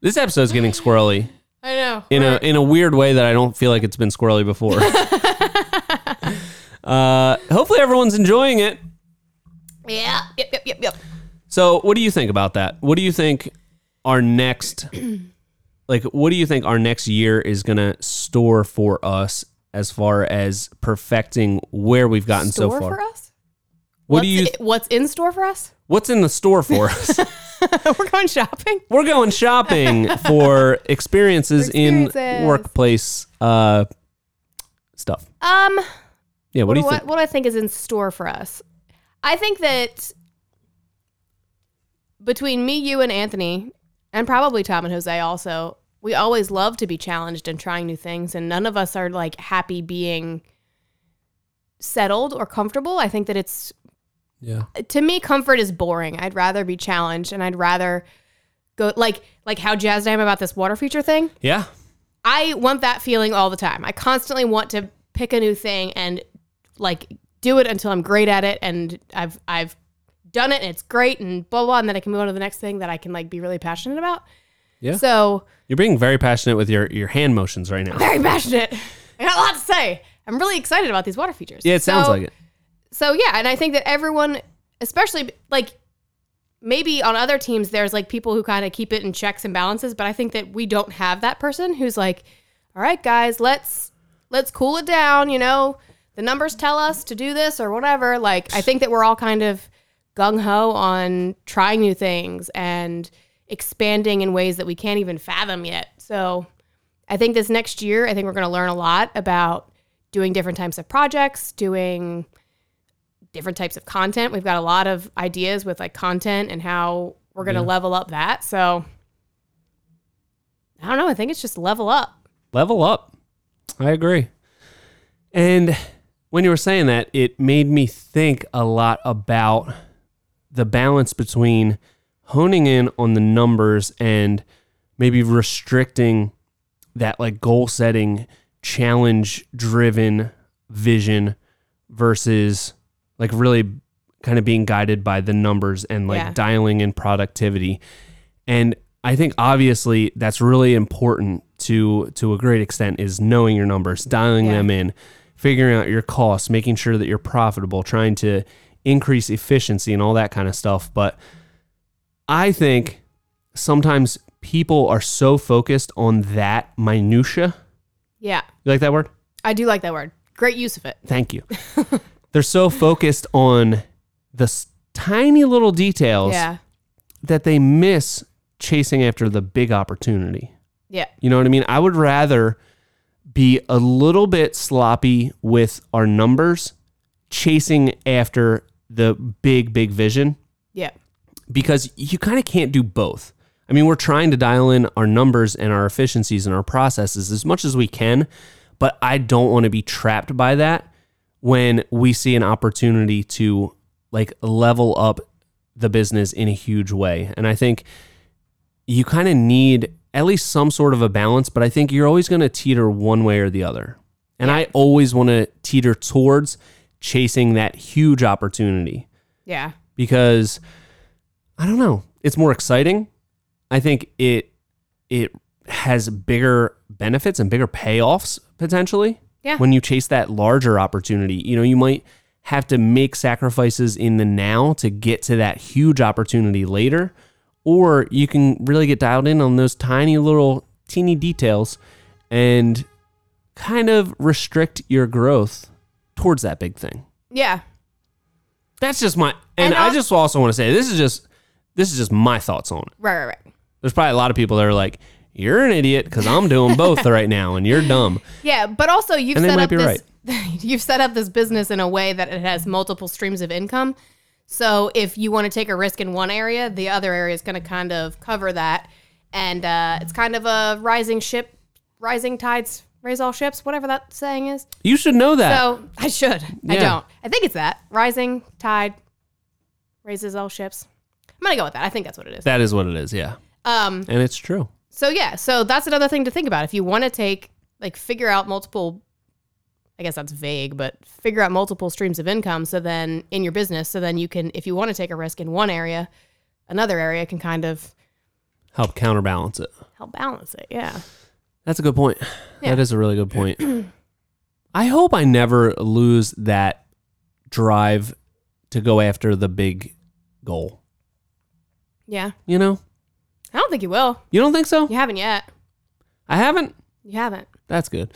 [SPEAKER 1] this episode's getting squirrely
[SPEAKER 2] I know.
[SPEAKER 1] in a in a weird way that I don't feel like it's been squirrely before. uh, hopefully, everyone's enjoying it.
[SPEAKER 2] yeah. Yep. Yep. Yep. Yep.
[SPEAKER 1] So, what do you think about that? What do you think our next like what do you think our next year is going to store for us as far as perfecting where we've gotten so
[SPEAKER 2] Store
[SPEAKER 1] far?
[SPEAKER 2] for us?
[SPEAKER 1] What
[SPEAKER 2] what's,
[SPEAKER 1] do you
[SPEAKER 2] i- what's in store for us?
[SPEAKER 1] what's in the store for us?
[SPEAKER 2] We're going shopping.
[SPEAKER 1] We're going shopping for experiences, in
[SPEAKER 2] Experiences.
[SPEAKER 1] workplace uh stuff.
[SPEAKER 2] Um,
[SPEAKER 1] Yeah, what, do you
[SPEAKER 2] what,
[SPEAKER 1] think?
[SPEAKER 2] what do I think is in store for us? I think that between me, you, and Anthony, and probably Tom and Jose also, we always love to be challenged and trying new things, and none of us are like happy being settled or comfortable. I think that it's
[SPEAKER 1] Yeah.
[SPEAKER 2] to me comfort is boring i'd rather be challenged and i'd rather go like like how jazzed i am about this water feature thing
[SPEAKER 1] Yeah.
[SPEAKER 2] i want that feeling all the time i constantly want to pick a new thing and like do it until i'm great at it and i've i've done it and it's great and blah blah and then i can move on to the next thing that i can like be really passionate about
[SPEAKER 1] Yeah.
[SPEAKER 2] so
[SPEAKER 1] You're being very passionate with your your hand motions right now.
[SPEAKER 2] very passionate i got a lot to say i'm really excited about these water features
[SPEAKER 1] Yeah, it sounds
[SPEAKER 2] So-
[SPEAKER 1] like it.
[SPEAKER 2] so yeah, and I think that everyone, especially like maybe on other teams, there's like people who kind of keep it in checks and balances, but I think that we don't have that person who's like, all right, guys, let's let's cool it down. You know, the numbers tell us to do this or whatever. Like I think that we're all kind of gung ho on trying new things and expanding in ways that we can't even fathom yet. So I think this next year, I think we're going to learn a lot about doing different types of projects, doing different types of content. We've got a lot of ideas with like content and how we're going to level up that. So I don't know. I think it's just level up.
[SPEAKER 1] level up. I agree. And when you were saying that, it made me think a lot about the balance between honing in on the numbers and maybe restricting that like goal setting, challenge driven vision versus like really kind of being guided by the numbers and like
[SPEAKER 2] Yeah.
[SPEAKER 1] dialing in productivity. And I think obviously that's really important to to a great extent is knowing your numbers, dialing
[SPEAKER 2] Yeah.
[SPEAKER 1] them in, figuring out your costs, making sure that you're profitable, trying to increase efficiency and all that kind of stuff, but I think sometimes people are so focused on that minutia.
[SPEAKER 2] Yeah.
[SPEAKER 1] You like that word?
[SPEAKER 2] I do like that word. Great use of it.
[SPEAKER 1] Thank you. They're so focused on the s- tiny little details
[SPEAKER 2] Yeah.
[SPEAKER 1] that they miss chasing after the big opportunity.
[SPEAKER 2] Yeah.
[SPEAKER 1] You know what I mean? I would rather be a little bit sloppy with our numbers, chasing after the big, big vision
[SPEAKER 2] Yeah.
[SPEAKER 1] because you kind of can't do both. I mean, we're trying to dial in our numbers and our efficiencies and our processes as much as we can, but I don't want to be trapped by that when we see an opportunity to like level up the business in a huge way. And I think you kind of need at least some sort of a balance, but I think you're always going to teeter one way or the other. And I always want to teeter towards chasing that huge opportunity
[SPEAKER 2] Yeah.
[SPEAKER 1] because I don't know. It's more exciting. I think it it has bigger benefits and bigger payoffs potentially.
[SPEAKER 2] Yeah.
[SPEAKER 1] When you chase that larger opportunity, you know, you might have to make sacrifices in the now to get to that huge opportunity later, or you can really get dialed in on those tiny little teeny details and kind of restrict your growth towards that big thing.
[SPEAKER 2] Yeah.
[SPEAKER 1] That's just my and,
[SPEAKER 2] And
[SPEAKER 1] I
[SPEAKER 2] al-
[SPEAKER 1] just also want to say this is just this is just my thoughts on it.
[SPEAKER 2] Right, right, right.
[SPEAKER 1] There's probably a lot of people that are like, "You're an idiot" because I'm doing both right now, and you're dumb.
[SPEAKER 2] Yeah, but also you've
[SPEAKER 1] And they
[SPEAKER 2] set
[SPEAKER 1] might
[SPEAKER 2] up
[SPEAKER 1] be
[SPEAKER 2] this you've set up this business in a way that it has multiple streams of income. So if you want to take a risk in one area, the other area is going to kind of cover that, and uh, it's kind of a rising ship, rising tides raise all ships, whatever that saying is.
[SPEAKER 1] You should know that.
[SPEAKER 2] So I should, I
[SPEAKER 1] Uh, Yeah.
[SPEAKER 2] don't. I think it's that rising tide raises all ships. I'm gonna go with that. I think that's what it is.
[SPEAKER 1] that is what it is. Yeah,
[SPEAKER 2] Um,
[SPEAKER 1] and it's true.
[SPEAKER 2] so yeah, so that's another thing to think about. If you want to take like figure out multiple I guess that's vague, but figure out multiple streams of income so then in your business so then you can if you want to take a risk in one area, another area can kind of
[SPEAKER 1] Help counterbalance it.
[SPEAKER 2] help balance it. Yeah.
[SPEAKER 1] That's a good point.
[SPEAKER 2] Yeah.
[SPEAKER 1] That is a really good point. I hope I never lose that drive to go after the big goal.
[SPEAKER 2] Yeah.
[SPEAKER 1] You know?
[SPEAKER 2] I don't think you will.
[SPEAKER 1] You don't think so?
[SPEAKER 2] You haven't yet.
[SPEAKER 1] I haven't.
[SPEAKER 2] You haven't.
[SPEAKER 1] That's good.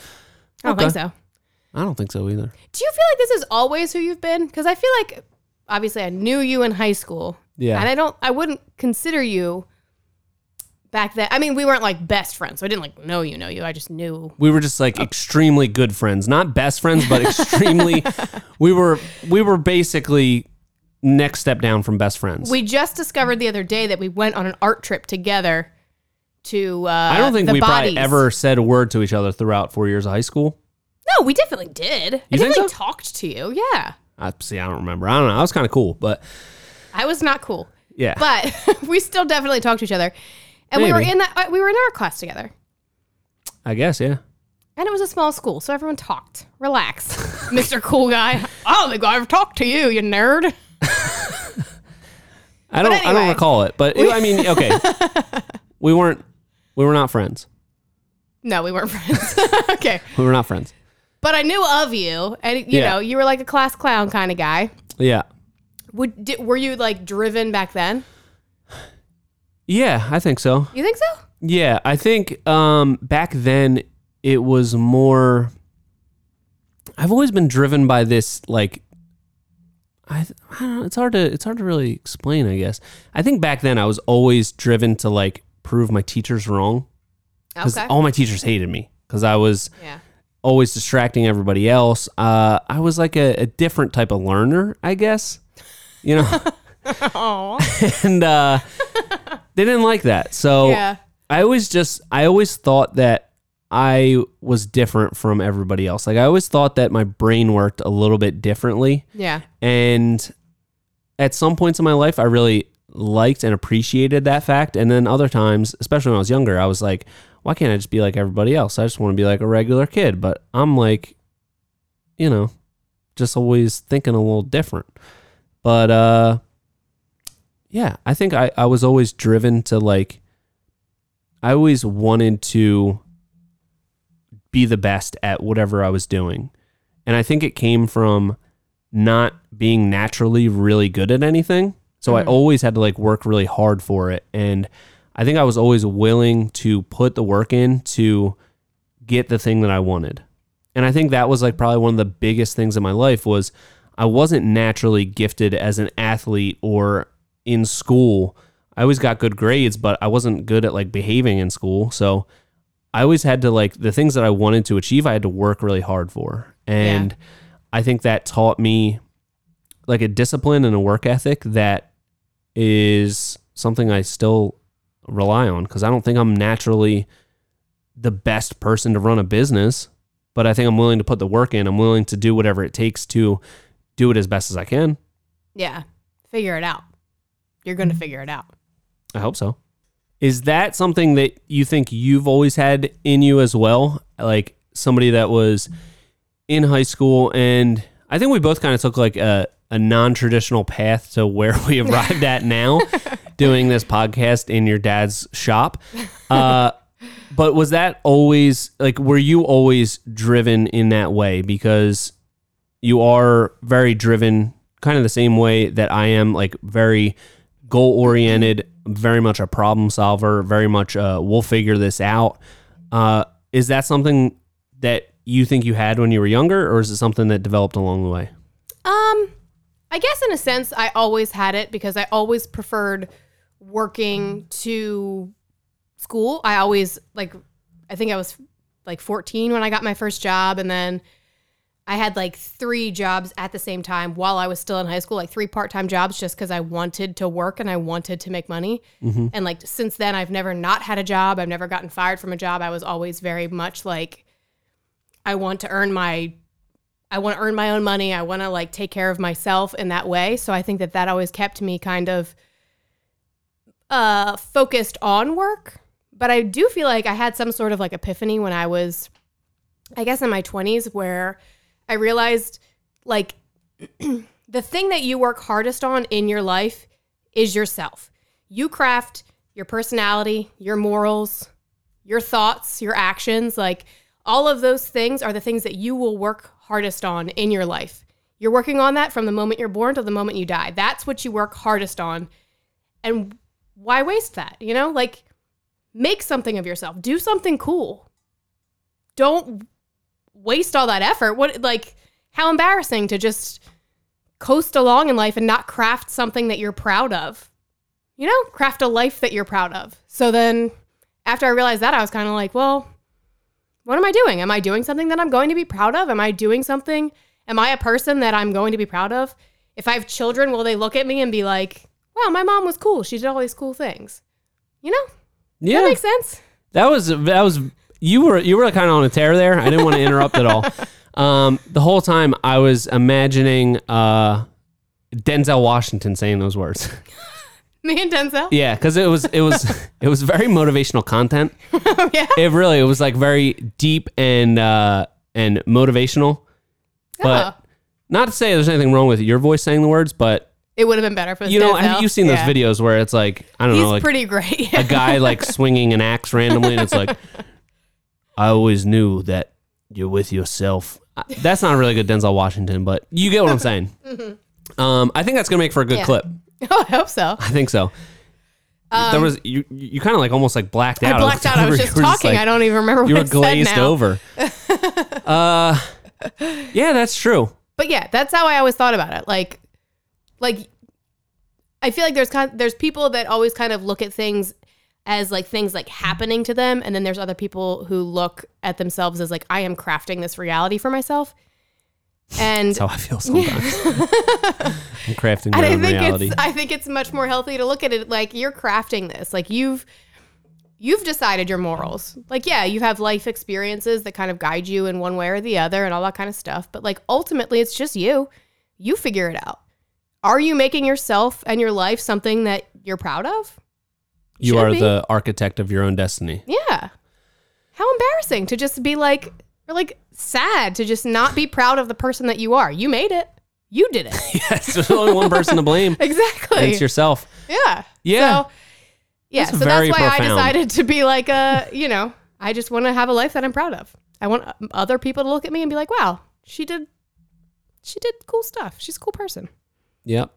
[SPEAKER 2] I don't think
[SPEAKER 1] Okay.
[SPEAKER 2] so.
[SPEAKER 1] I don't think so either.
[SPEAKER 2] Do you feel like this is always who you've been? Cuz I feel like obviously I knew you in high school.
[SPEAKER 1] Yeah.
[SPEAKER 2] And I don't I wouldn't consider you back then. I mean, we weren't like best friends. So I didn't like know you, know you. I just knew.
[SPEAKER 1] we were just like extremely good friends, not best friends, but extremely. we were we were basically next step down from best friends.
[SPEAKER 2] We just discovered the other day that we went on an art trip together to uh
[SPEAKER 1] I don't think
[SPEAKER 2] the
[SPEAKER 1] we
[SPEAKER 2] bodies.
[SPEAKER 1] probably ever said a word to each other throughout four years of high school.
[SPEAKER 2] No, we definitely did. I
[SPEAKER 1] think
[SPEAKER 2] definitely
[SPEAKER 1] so?
[SPEAKER 2] talked to you. Yeah.
[SPEAKER 1] I see. I don't remember. I don't know. I was kind of cool, but
[SPEAKER 2] I was not cool.
[SPEAKER 1] yeah.
[SPEAKER 2] But we still definitely talked to each other. And we were
[SPEAKER 1] Maybe.
[SPEAKER 2] in that uh, we were in our class together.
[SPEAKER 1] I guess yeah.
[SPEAKER 2] And it was a small school, so everyone talked. Relax, Mr. Cool Guy. I don't think I ever talked to you, you nerd.
[SPEAKER 1] I don't. I don't
[SPEAKER 2] anyway.
[SPEAKER 1] recall it, but I mean, okay. we weren't. We were not friends.
[SPEAKER 2] No, we weren't friends. okay.
[SPEAKER 1] We were not friends.
[SPEAKER 2] But I knew of you, and you
[SPEAKER 1] Yeah.
[SPEAKER 2] know, you were like a class clown kind of guy.
[SPEAKER 1] Yeah.
[SPEAKER 2] Would di were you like driven back then?
[SPEAKER 1] Yeah, I think so.
[SPEAKER 2] You think so?
[SPEAKER 1] Yeah, I think um, back then it was more. I've always been driven by this, like, I, I don't know. It's hard to it's hard to really explain. I guess I think back then I was always driven to like prove my teachers wrong because
[SPEAKER 2] Okay.
[SPEAKER 1] all my teachers hated me because I was
[SPEAKER 2] yeah.
[SPEAKER 1] always distracting everybody else. Uh, I was like a, a different type of learner, I guess. You know,
[SPEAKER 2] Oh.
[SPEAKER 1] and uh, they didn't like that. So
[SPEAKER 2] yeah.
[SPEAKER 1] I always just I always thought that I was different from everybody else. Like I always thought that my brain worked a little bit differently
[SPEAKER 2] Yeah.
[SPEAKER 1] and at some points in my life I really liked and appreciated that fact and then other times, especially when I was younger, I was like, why can't I just be like everybody else? I just want to be like a regular kid, but I'm like you know, just always thinking a little different. But uh yeah, I think I, I was always driven to like I always wanted to be the best at whatever I was doing. And I think it came from not being naturally really good at anything. So I always had to like work really hard for it. And I think I was always willing to put the work in to get the thing that I wanted. And I think that was like probably one of the biggest things in my life was I wasn't naturally gifted as an athlete or in school. I always got good grades, but I wasn't good at like behaving in school. So I always had to like the things that I wanted to achieve, I had to work really hard for. And I think that taught me like a discipline and a work ethic that is something I still rely on because I don't think I'm naturally the best person to run a business, but I think I'm willing to put the work in. I'm willing to do whatever it takes to do it as best as I can.
[SPEAKER 2] Yeah. Figure it out. You're going to figure it out.
[SPEAKER 1] I hope so. Is that something that you think you've always had in you as well? Like somebody that was in high school and I think we both kind of took like a, a non-traditional path to where we arrived at now doing this podcast in your dad's shop. Uh but was that always like were you always driven in that way because you are very driven kind of the same way that I am like very goal oriented very much a problem solver very much uh, we'll figure this out uh, Is that something that you think you had when you were younger, or is it something that developed along the way?
[SPEAKER 2] Um, I guess in a sense, I always had it because I always preferred working to school. I always like, I think I was like 14 when I got my first job, and then I had like three jobs at the same time while I was still in high school, like three part time jobs, just because I wanted to work and I wanted to make money. And like since then, I've never not had a job. I've never gotten fired from a job. I was always very much like, I want to earn my I want to earn my own money. I want to like take care of myself in that way. So I think that that always kept me kind of uh focused on work. But I do feel like I had some sort of like epiphany when I was I guess in my 20s where I realized like the thing that you work hardest on in your life is yourself. You craft your personality, your morals, your thoughts, your actions, like all of those things are the things that you will work hardest on in your life. You're working on that from the moment you're born to the moment you die. That's what you work hardest on. And why waste that? You know, like make something of yourself. Do something cool. Don't waste all that effort. What like how embarrassing to just coast along in life and not craft something that you're proud of. You know, craft a life that you're proud of. So then after I realized that, I was kind of like, well, what am I doing? Am I doing something that I'm going to be proud of? Am I doing something? Am I a person that I'm going to be proud of? If I have children, will they look at me and be like, wow, my mom was cool. She did all these cool things. You know?
[SPEAKER 1] Yeah,
[SPEAKER 2] That makes sense.
[SPEAKER 1] That was that was you were you were kind of on a tear there. I didn't want to interrupt at all. Um, the whole time I was imagining uh, Denzel Washington saying those words.
[SPEAKER 2] Me and Denzel.
[SPEAKER 1] yeah, because it was it was it was very motivational content.
[SPEAKER 2] yeah.
[SPEAKER 1] It really it was like very deep and uh, and motivational. But
[SPEAKER 2] Oh.
[SPEAKER 1] not to say there's anything wrong with your voice saying the words, but
[SPEAKER 2] It would have been better for
[SPEAKER 1] you know,
[SPEAKER 2] Denzel.
[SPEAKER 1] have you seen those
[SPEAKER 2] Yeah.
[SPEAKER 1] videos where it's like I don't
[SPEAKER 2] He's
[SPEAKER 1] know, like
[SPEAKER 2] pretty great.
[SPEAKER 1] a guy like swinging an axe randomly, and it's like, I always knew that you're with yourself. I- That's not really good Denzel Washington, but you get what I'm saying. um, I think that's gonna make for a good
[SPEAKER 2] Mm-hmm. Yeah.
[SPEAKER 1] clip.
[SPEAKER 2] oh, I hope so.
[SPEAKER 1] I think so. there was you, you kind of like almost like blacked out.
[SPEAKER 2] Um, I blacked out. I was just
[SPEAKER 1] You were
[SPEAKER 2] talking.
[SPEAKER 1] like-
[SPEAKER 2] I don't even remember what
[SPEAKER 1] You were
[SPEAKER 2] I said
[SPEAKER 1] glazed
[SPEAKER 2] now.
[SPEAKER 1] over. uh, yeah, that's true.
[SPEAKER 2] But yeah, that's how I always thought about it. Like, like I feel like there's kind there's people that always kind of look at things as like things like happening to them, and then there's other people who look at themselves as like I am crafting this reality for myself. And
[SPEAKER 1] That's how I feel sometimes. I'm crafting my
[SPEAKER 2] and I
[SPEAKER 1] own
[SPEAKER 2] think
[SPEAKER 1] reality.
[SPEAKER 2] it's I think it's much more healthy to look at it like you're crafting this. Like you've you've decided your morals. Like yeah, you have life experiences that kind of guide you in one way or the other and all that kind of stuff, but like ultimately it's just you. You figure it out. Are you making yourself and your life something that you're proud of?
[SPEAKER 1] You
[SPEAKER 2] should
[SPEAKER 1] are
[SPEAKER 2] be.
[SPEAKER 1] the architect of your own destiny.
[SPEAKER 2] Yeah. How embarrassing to just be like or like sad to just not be proud of the person that you are. You made it. You did it.
[SPEAKER 1] Yes, there's only one person to blame.
[SPEAKER 2] exactly.
[SPEAKER 1] It's yourself.
[SPEAKER 2] Yeah.
[SPEAKER 1] Yeah.
[SPEAKER 2] So, yeah.
[SPEAKER 1] That's
[SPEAKER 2] so that's
[SPEAKER 1] very
[SPEAKER 2] why I
[SPEAKER 1] profound.
[SPEAKER 2] decided to be like a, you know, I just want to have a life that I'm proud of. I want um, other people to look at me and be like, wow, she did, she did cool stuff. She's a cool person.
[SPEAKER 1] Yep.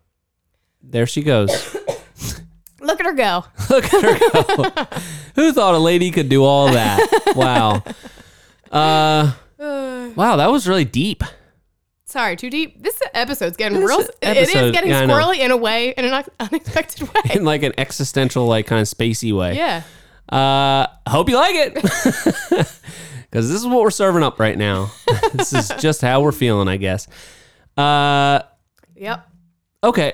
[SPEAKER 1] There she goes.
[SPEAKER 2] Look at her go.
[SPEAKER 1] Look at her go. Who thought a lady could do all that? Wow. Uh, wow, that was really deep.
[SPEAKER 2] Sorry, too deep. This episode's getting
[SPEAKER 1] This
[SPEAKER 2] real. it is
[SPEAKER 1] episode-
[SPEAKER 2] getting
[SPEAKER 1] yeah, I know.
[SPEAKER 2] squirrely in a way, in an un- unexpected way.
[SPEAKER 1] In like an existential, like kind of spacey way.
[SPEAKER 2] yeah.
[SPEAKER 1] Uh, hope you like it. Because this is what we're serving up right now. this is just how we're feeling, I guess. Uh,
[SPEAKER 2] Yep.
[SPEAKER 1] okay.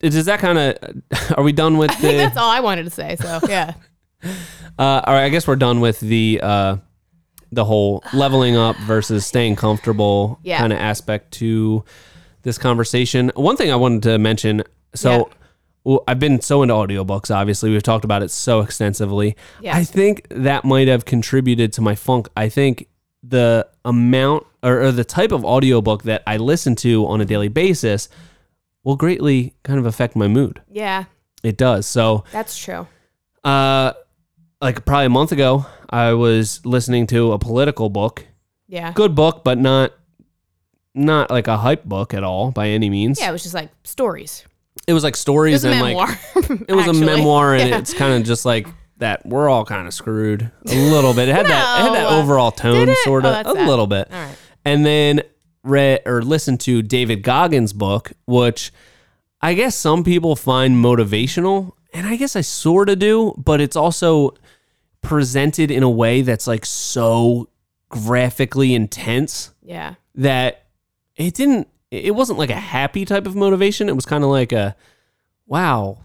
[SPEAKER 1] Does that kind of, are we done with
[SPEAKER 2] I think
[SPEAKER 1] the,
[SPEAKER 2] that's all I wanted to say. So yeah.
[SPEAKER 1] Uh, all right, I guess we're done with the uh, the whole leveling up versus staying comfortable
[SPEAKER 2] Yeah.
[SPEAKER 1] kind of aspect to this conversation. One thing I wanted to mention. So, well, I've been so into audiobooks. Obviously, we've talked about it so extensively.
[SPEAKER 2] Yeah.
[SPEAKER 1] I think that might have contributed to my funk. I think the amount or, or the type of audiobook that I listen to on a daily basis will greatly kind of affect my mood.
[SPEAKER 2] yeah.
[SPEAKER 1] It does. So,
[SPEAKER 2] That's true.
[SPEAKER 1] uh, like probably a month ago, I was listening to a political book.
[SPEAKER 2] Yeah.
[SPEAKER 1] Good book, but not not like a hype book at all by any means.
[SPEAKER 2] Yeah. It was just like stories.
[SPEAKER 1] It was like
[SPEAKER 2] It
[SPEAKER 1] stories
[SPEAKER 2] was a
[SPEAKER 1] and like
[SPEAKER 2] memoir.
[SPEAKER 1] it was a memoir and
[SPEAKER 2] Yeah.
[SPEAKER 1] it's kind of just like that we're all kind of screwed a little bit. It had that it had that
[SPEAKER 2] No.
[SPEAKER 1] overall tone
[SPEAKER 2] it?
[SPEAKER 1] sort
[SPEAKER 2] Oh,
[SPEAKER 1] of
[SPEAKER 2] that's
[SPEAKER 1] a
[SPEAKER 2] sad.
[SPEAKER 1] little bit.
[SPEAKER 2] All right.
[SPEAKER 1] And then read or listened to David Goggins' book, which I guess some people find motivational, and I guess I sort of do, but it's also presented in a way that's like so graphically intense
[SPEAKER 2] Yeah.
[SPEAKER 1] that it didn't it wasn't like a happy type of motivation it was kind of like a wow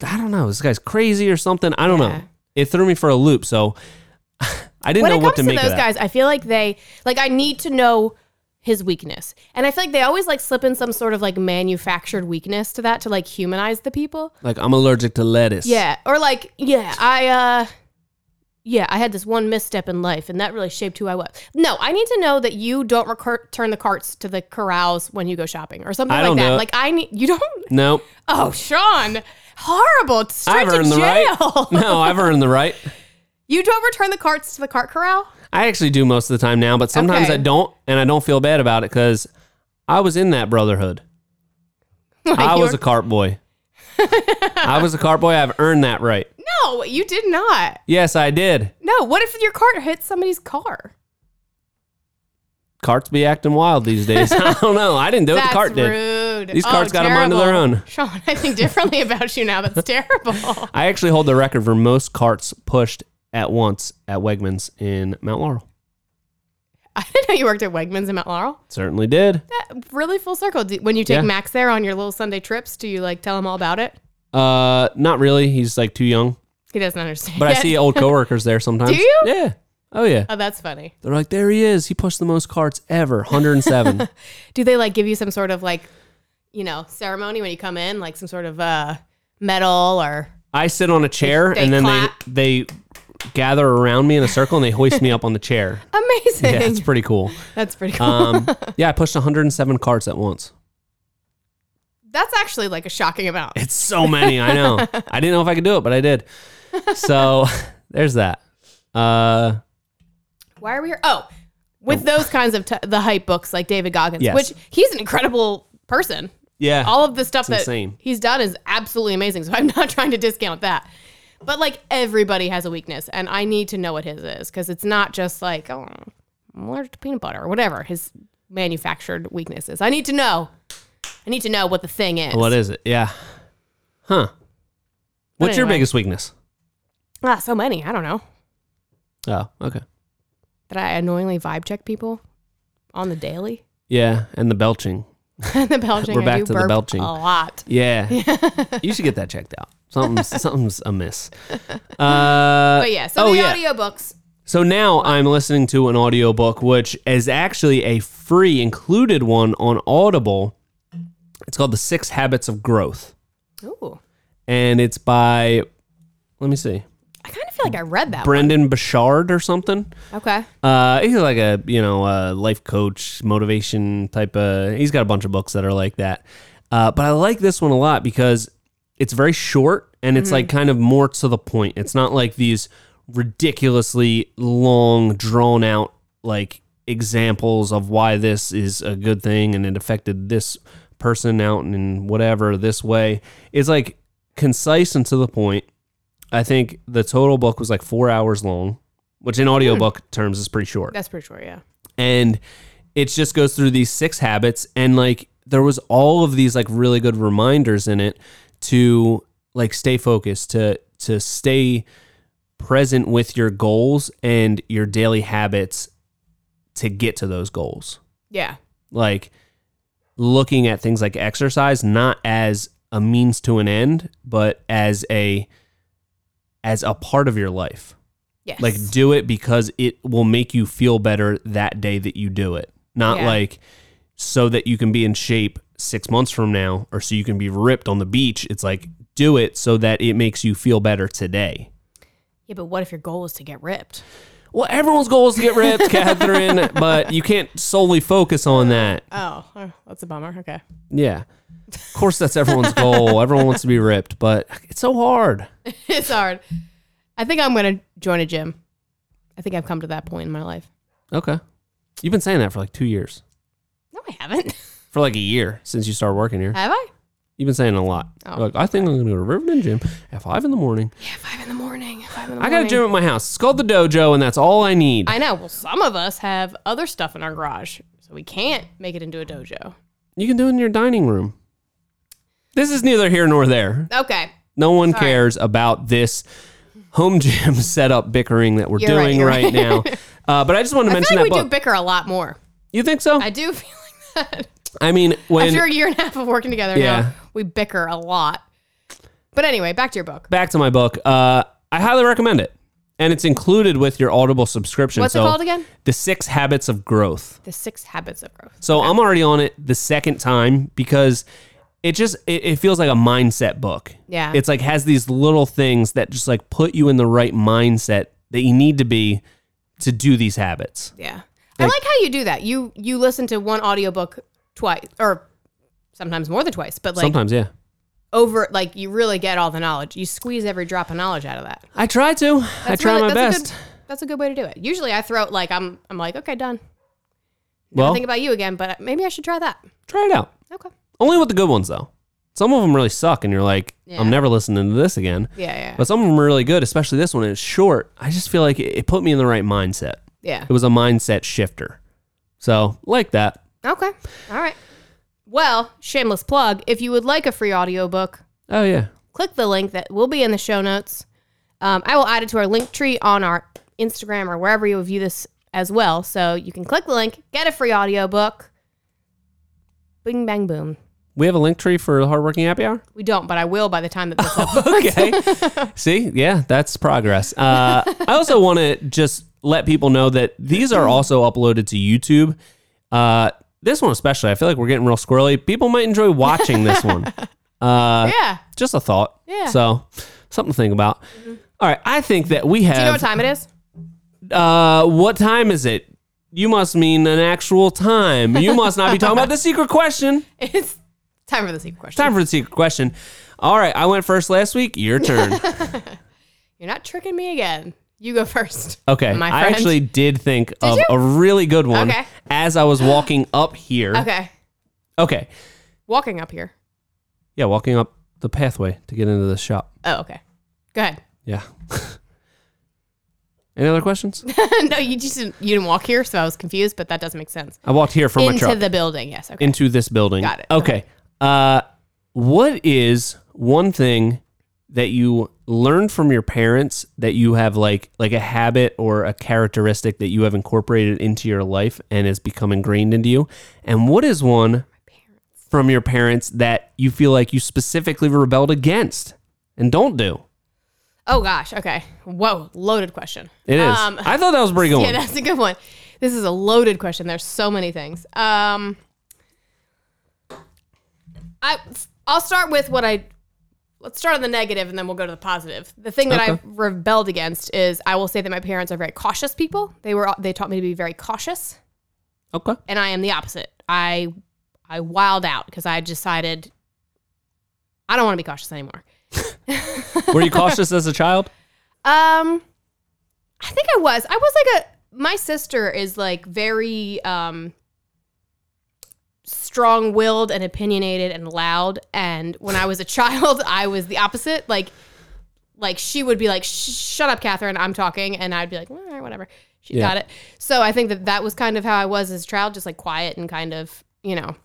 [SPEAKER 1] i don't know this guy's crazy or something i don't
[SPEAKER 2] Yeah.
[SPEAKER 1] know it threw me for a loop so i didn't
[SPEAKER 2] when
[SPEAKER 1] know
[SPEAKER 2] it
[SPEAKER 1] what
[SPEAKER 2] comes
[SPEAKER 1] to make
[SPEAKER 2] to, those
[SPEAKER 1] of that
[SPEAKER 2] guys, I feel like they like I need to know his weakness, and I feel like they always like slip in some sort of like manufactured weakness to that to like humanize the people.
[SPEAKER 1] like i'm allergic to lettuce
[SPEAKER 2] Yeah, or like yeah, I uh, yeah, I had this one misstep in life, and that really shaped who I was. No, I need to know that you don't recur- turn the carts to the corrals when you go shopping or something
[SPEAKER 1] I
[SPEAKER 2] like
[SPEAKER 1] don't
[SPEAKER 2] that.
[SPEAKER 1] know.
[SPEAKER 2] Like I need you don't.
[SPEAKER 1] no
[SPEAKER 2] Oh, Sean, horrible! It's Straight
[SPEAKER 1] i've
[SPEAKER 2] to
[SPEAKER 1] earned the
[SPEAKER 2] jail.
[SPEAKER 1] right no i've earned the right
[SPEAKER 2] you don't return the carts to the cart corral.
[SPEAKER 1] i actually do most of the time now but sometimes
[SPEAKER 2] Okay.
[SPEAKER 1] i don't and i don't feel bad about it because i was in that brotherhood
[SPEAKER 2] Like,
[SPEAKER 1] i
[SPEAKER 2] you
[SPEAKER 1] was
[SPEAKER 2] were-
[SPEAKER 1] a cart boy i was a cart boy i've earned that right
[SPEAKER 2] no, you did not.
[SPEAKER 1] yes i did
[SPEAKER 2] No, what if your cart hits somebody's car?
[SPEAKER 1] carts be acting wild these days. I don't know. I didn't do what the cart did.
[SPEAKER 2] rude. Oh,
[SPEAKER 1] These carts got a mind of their
[SPEAKER 2] terrible.
[SPEAKER 1] own.
[SPEAKER 2] Sean, I think differently about you now. That's terrible.
[SPEAKER 1] I actually hold the record for most carts pushed at once at Wegmans in Mount Laurel.
[SPEAKER 2] I didn't know you worked at Wegmans in Mount Laurel.
[SPEAKER 1] Certainly did.
[SPEAKER 2] That- really full circle. Do- When you take
[SPEAKER 1] Yeah.
[SPEAKER 2] Max there on your little Sunday trips, do you like tell him all about it?
[SPEAKER 1] Uh, not really. He's like too young,
[SPEAKER 2] He doesn't understand.
[SPEAKER 1] but I see old coworkers there sometimes.
[SPEAKER 2] Do you?
[SPEAKER 1] Yeah. Oh yeah.
[SPEAKER 2] Oh, that's funny.
[SPEAKER 1] They're like, there he is. He pushed the most carts ever, 107.
[SPEAKER 2] Do they like give you some sort of like, you know, ceremony when you come in, like some sort of uh medal or
[SPEAKER 1] I sit on a chair
[SPEAKER 2] They- they
[SPEAKER 1] and then
[SPEAKER 2] clap.
[SPEAKER 1] they they gather around me in a circle and they hoist me up on the chair.
[SPEAKER 2] amazing?
[SPEAKER 1] Yeah, it's pretty cool.
[SPEAKER 2] that's pretty cool.
[SPEAKER 1] Um, yeah, I pushed 107 carts at once.
[SPEAKER 2] that's actually like a shocking amount.
[SPEAKER 1] It's so many. I know. I didn't know if I could do it, but I did. So there's that. Uh,
[SPEAKER 2] Why are we here? Oh, with those kinds of t- the hype books like David Goggins,
[SPEAKER 1] Yes.
[SPEAKER 2] which he's an incredible person.
[SPEAKER 1] yeah.
[SPEAKER 2] All of the stuff that
[SPEAKER 1] insane.
[SPEAKER 2] he's done is absolutely amazing. So I'm not trying to discount that. But like everybody has a weakness, and I need to know what his is because it's not just like oh, I'm allergic to peanut butter or whatever his manufactured weaknesses. I need to know. I need to know what the thing is.
[SPEAKER 1] what is it? Yeah. Huh. What's your
[SPEAKER 2] anyway.
[SPEAKER 1] biggest weakness?
[SPEAKER 2] Ah, so many. I don't know
[SPEAKER 1] Oh, okay.
[SPEAKER 2] that I annoyingly vibe check people on the daily.
[SPEAKER 1] Yeah, and the belching.
[SPEAKER 2] the belching.
[SPEAKER 1] We're
[SPEAKER 2] I
[SPEAKER 1] back
[SPEAKER 2] do
[SPEAKER 1] to the
[SPEAKER 2] burp
[SPEAKER 1] belching.
[SPEAKER 2] a lot.
[SPEAKER 1] Yeah. you should get that checked out. Something's something's amiss. Uh,
[SPEAKER 2] But yeah, so
[SPEAKER 1] oh,
[SPEAKER 2] the
[SPEAKER 1] yeah.
[SPEAKER 2] audiobooks.
[SPEAKER 1] So now I'm listening to an audiobook, which is actually a free included one on Audible. It's called The Six Habits of Growth.
[SPEAKER 2] Ooh.
[SPEAKER 1] and it's by let me see
[SPEAKER 2] I kind of feel like I read that.
[SPEAKER 1] brendan bouchard or something
[SPEAKER 2] one. Okay.
[SPEAKER 1] uh he's like a you know uh life coach motivation type of he's got a bunch of books that are like that uh but i like this one a lot because it's very short and it's like kind of more to the point it's not like these ridiculously long drawn out like examples of why this is a good thing and it affected this person out in whatever this way it's like concise and to the point i think the total book was like four hours long which in audiobook terms is pretty short
[SPEAKER 2] That's pretty sure, yeah.
[SPEAKER 1] and it just goes through these six habits and like there was all of these like really good reminders in it to like stay focused to to stay present with your goals and your daily habits to get to those goals
[SPEAKER 2] Yeah.
[SPEAKER 1] like looking at things like exercise not as a means to an end but as a as a part of your life
[SPEAKER 2] Yes.
[SPEAKER 1] like do it because it will make you feel better that day that you do it. Not
[SPEAKER 2] Yeah.
[SPEAKER 1] like so that you can be in shape 6 months from now or so you can be ripped on the beach. It's like do it so that it makes you feel better today.
[SPEAKER 2] yeah, but what if your goal is to get ripped?
[SPEAKER 1] Well, everyone's goal is to get ripped, Catherine, but you can't solely focus on that.
[SPEAKER 2] Oh, oh, that's a bummer. Okay.
[SPEAKER 1] Yeah. Of course, that's everyone's goal. Everyone wants to be ripped, but it's so hard.
[SPEAKER 2] it's hard. I think I'm going to join a gym. I think I've come to that point in my life.
[SPEAKER 1] Okay. You've been saying that for like two years,
[SPEAKER 2] No, I haven't.
[SPEAKER 1] for like a year since you started working here.
[SPEAKER 2] Have I?
[SPEAKER 1] You've been saying a lot.
[SPEAKER 2] Oh.
[SPEAKER 1] Like, I think I'm going to go to Riverbend Gym at five in the morning.
[SPEAKER 2] Yeah, five in the morning. Five in the
[SPEAKER 1] I
[SPEAKER 2] morning.
[SPEAKER 1] got a gym at my house. It's called the Dojo, and that's all I need.
[SPEAKER 2] I know. Well, some of us have other stuff in our garage, so we can't make it into a dojo.
[SPEAKER 1] you can do it in your dining room. This is neither here nor there.
[SPEAKER 2] Okay.
[SPEAKER 1] No one cares about this home gym setup bickering that we're
[SPEAKER 2] You're right,
[SPEAKER 1] doing
[SPEAKER 2] you're
[SPEAKER 1] right,
[SPEAKER 2] right.
[SPEAKER 1] now. Uh, but I just wanted to
[SPEAKER 2] I
[SPEAKER 1] mention
[SPEAKER 2] feel like we
[SPEAKER 1] that
[SPEAKER 2] do
[SPEAKER 1] book.
[SPEAKER 2] bicker a lot more.
[SPEAKER 1] you think so?
[SPEAKER 2] I
[SPEAKER 1] I,
[SPEAKER 2] do feel like that.
[SPEAKER 1] mean, when
[SPEAKER 2] After a year and a half of working together
[SPEAKER 1] Yeah.
[SPEAKER 2] now, we bicker a lot. But anyway, back to your book.
[SPEAKER 1] back to my book, uh, I highly recommend it, and it's included with your Audible subscription.
[SPEAKER 2] What's it
[SPEAKER 1] So,
[SPEAKER 2] called again?
[SPEAKER 1] The Six Habits of Growth.
[SPEAKER 2] The Six Habits of Growth.
[SPEAKER 1] So I'm already on it the second time because it just it, it feels like a mindset book.
[SPEAKER 2] Yeah.
[SPEAKER 1] It's like has these little things that just like put you in the right mindset that you need to be to do these habits.
[SPEAKER 2] Yeah. I like how you do that. You you listen to one audiobook twice or sometimes more than twice, but like
[SPEAKER 1] Sometimes, yeah.
[SPEAKER 2] over like you really get all the knowledge. You squeeze every drop of knowledge out of that.
[SPEAKER 1] I try to. I
[SPEAKER 2] That's
[SPEAKER 1] try
[SPEAKER 2] really-
[SPEAKER 1] my
[SPEAKER 2] that's a
[SPEAKER 1] best.
[SPEAKER 2] good- that's a good way to do it. Usually I throw it like I'm I'm like, okay, done. Never
[SPEAKER 1] well,
[SPEAKER 2] think about you again, but maybe I should try that.
[SPEAKER 1] try it out.
[SPEAKER 2] Okay.
[SPEAKER 1] Only with the good ones though. Some of them really suck and you're like,
[SPEAKER 2] Yeah.
[SPEAKER 1] I'm never listening to this again.
[SPEAKER 2] Yeah, yeah.
[SPEAKER 1] But some of them are really good, especially this one. and It's short. I just feel like it, it put me in the right mindset.
[SPEAKER 2] Yeah.
[SPEAKER 1] It was a mindset shifter. So, like that.
[SPEAKER 2] Okay. All right. Well, shameless plug, if you would like a free audiobook,
[SPEAKER 1] Oh, yeah.
[SPEAKER 2] click the link that will be in the show notes. Um, I will add it to our link tree on our Instagram or wherever you view this as well. So you can click the link, get a free audiobook. Bing, bang, boom.
[SPEAKER 1] We have a link tree for hardworking happy hour.
[SPEAKER 2] We don't, but I will by the time that this up.
[SPEAKER 1] Okay. See, yeah, that's progress. Uh, I also want to just let people know that these are also uploaded to YouTube. Uh, this one especially, I feel like we're getting real squirrely. People might enjoy watching this one. Uh,
[SPEAKER 2] Yeah.
[SPEAKER 1] Just a thought.
[SPEAKER 2] Yeah. Mm-hmm.
[SPEAKER 1] So something to think about. All right, I think that we have.
[SPEAKER 2] You know what time it is?
[SPEAKER 1] Uh, what time is it? You must mean an actual time. You must not be talking about the secret question.
[SPEAKER 2] It's time for the secret question.
[SPEAKER 1] Time for the secret question. All right, I went first last week. Your turn.
[SPEAKER 2] You're not tricking me again. You go first.
[SPEAKER 1] Okay,
[SPEAKER 2] My
[SPEAKER 1] I
[SPEAKER 2] friend.
[SPEAKER 1] actually did think of
[SPEAKER 2] you?
[SPEAKER 1] a really good one
[SPEAKER 2] Okay.
[SPEAKER 1] as I was walking up here.
[SPEAKER 2] Okay.
[SPEAKER 1] Okay.
[SPEAKER 2] Walking up here.
[SPEAKER 1] Yeah, walking up the pathway to get into the shop.
[SPEAKER 2] Oh, okay. Go ahead.
[SPEAKER 1] Yeah. Any other questions?
[SPEAKER 2] no, you just didn't, you didn't walk here, so I was confused, but that does make sense.
[SPEAKER 1] I walked here from my
[SPEAKER 2] Into
[SPEAKER 1] truck
[SPEAKER 2] the building, yes. Okay.
[SPEAKER 1] into this building.
[SPEAKER 2] Got it. Go
[SPEAKER 1] Okay. Uh, what is one thing that you learned from your parents that you have like like a habit or a characteristic that you have incorporated into your life and has become ingrained into you? And what is one from your parents that you feel like you specifically rebelled against and don't do?
[SPEAKER 2] Oh gosh. Okay. Whoa. Loaded question.
[SPEAKER 1] It is.
[SPEAKER 2] Um,
[SPEAKER 1] I thought that was pretty good.
[SPEAKER 2] yeah,
[SPEAKER 1] one.
[SPEAKER 2] that's a good one. This is a loaded question. There's so many things. Um, I I'll start with what I. Let's start on the negative and then we'll go to the positive. The thing that
[SPEAKER 1] Okay.
[SPEAKER 2] I rebelled against is I will say that my parents are very cautious people. They were they taught me to be very cautious,
[SPEAKER 1] okay.
[SPEAKER 2] and I am the opposite. I I wild out because I decided I don't want to be cautious anymore.
[SPEAKER 1] Were you cautious as a child?
[SPEAKER 2] Um, I think I was. I was like a. My sister is like very um strong-willed and opinionated and loud. And when I was a child, I was the opposite. Like, like she would be like, "Sh- "Shut up, Catherine, I'm talking," and I'd be like, "All right, whatever." She
[SPEAKER 1] Yeah.
[SPEAKER 2] got it. So I think that that was kind of how I was as a child, just like quiet and kind of you know.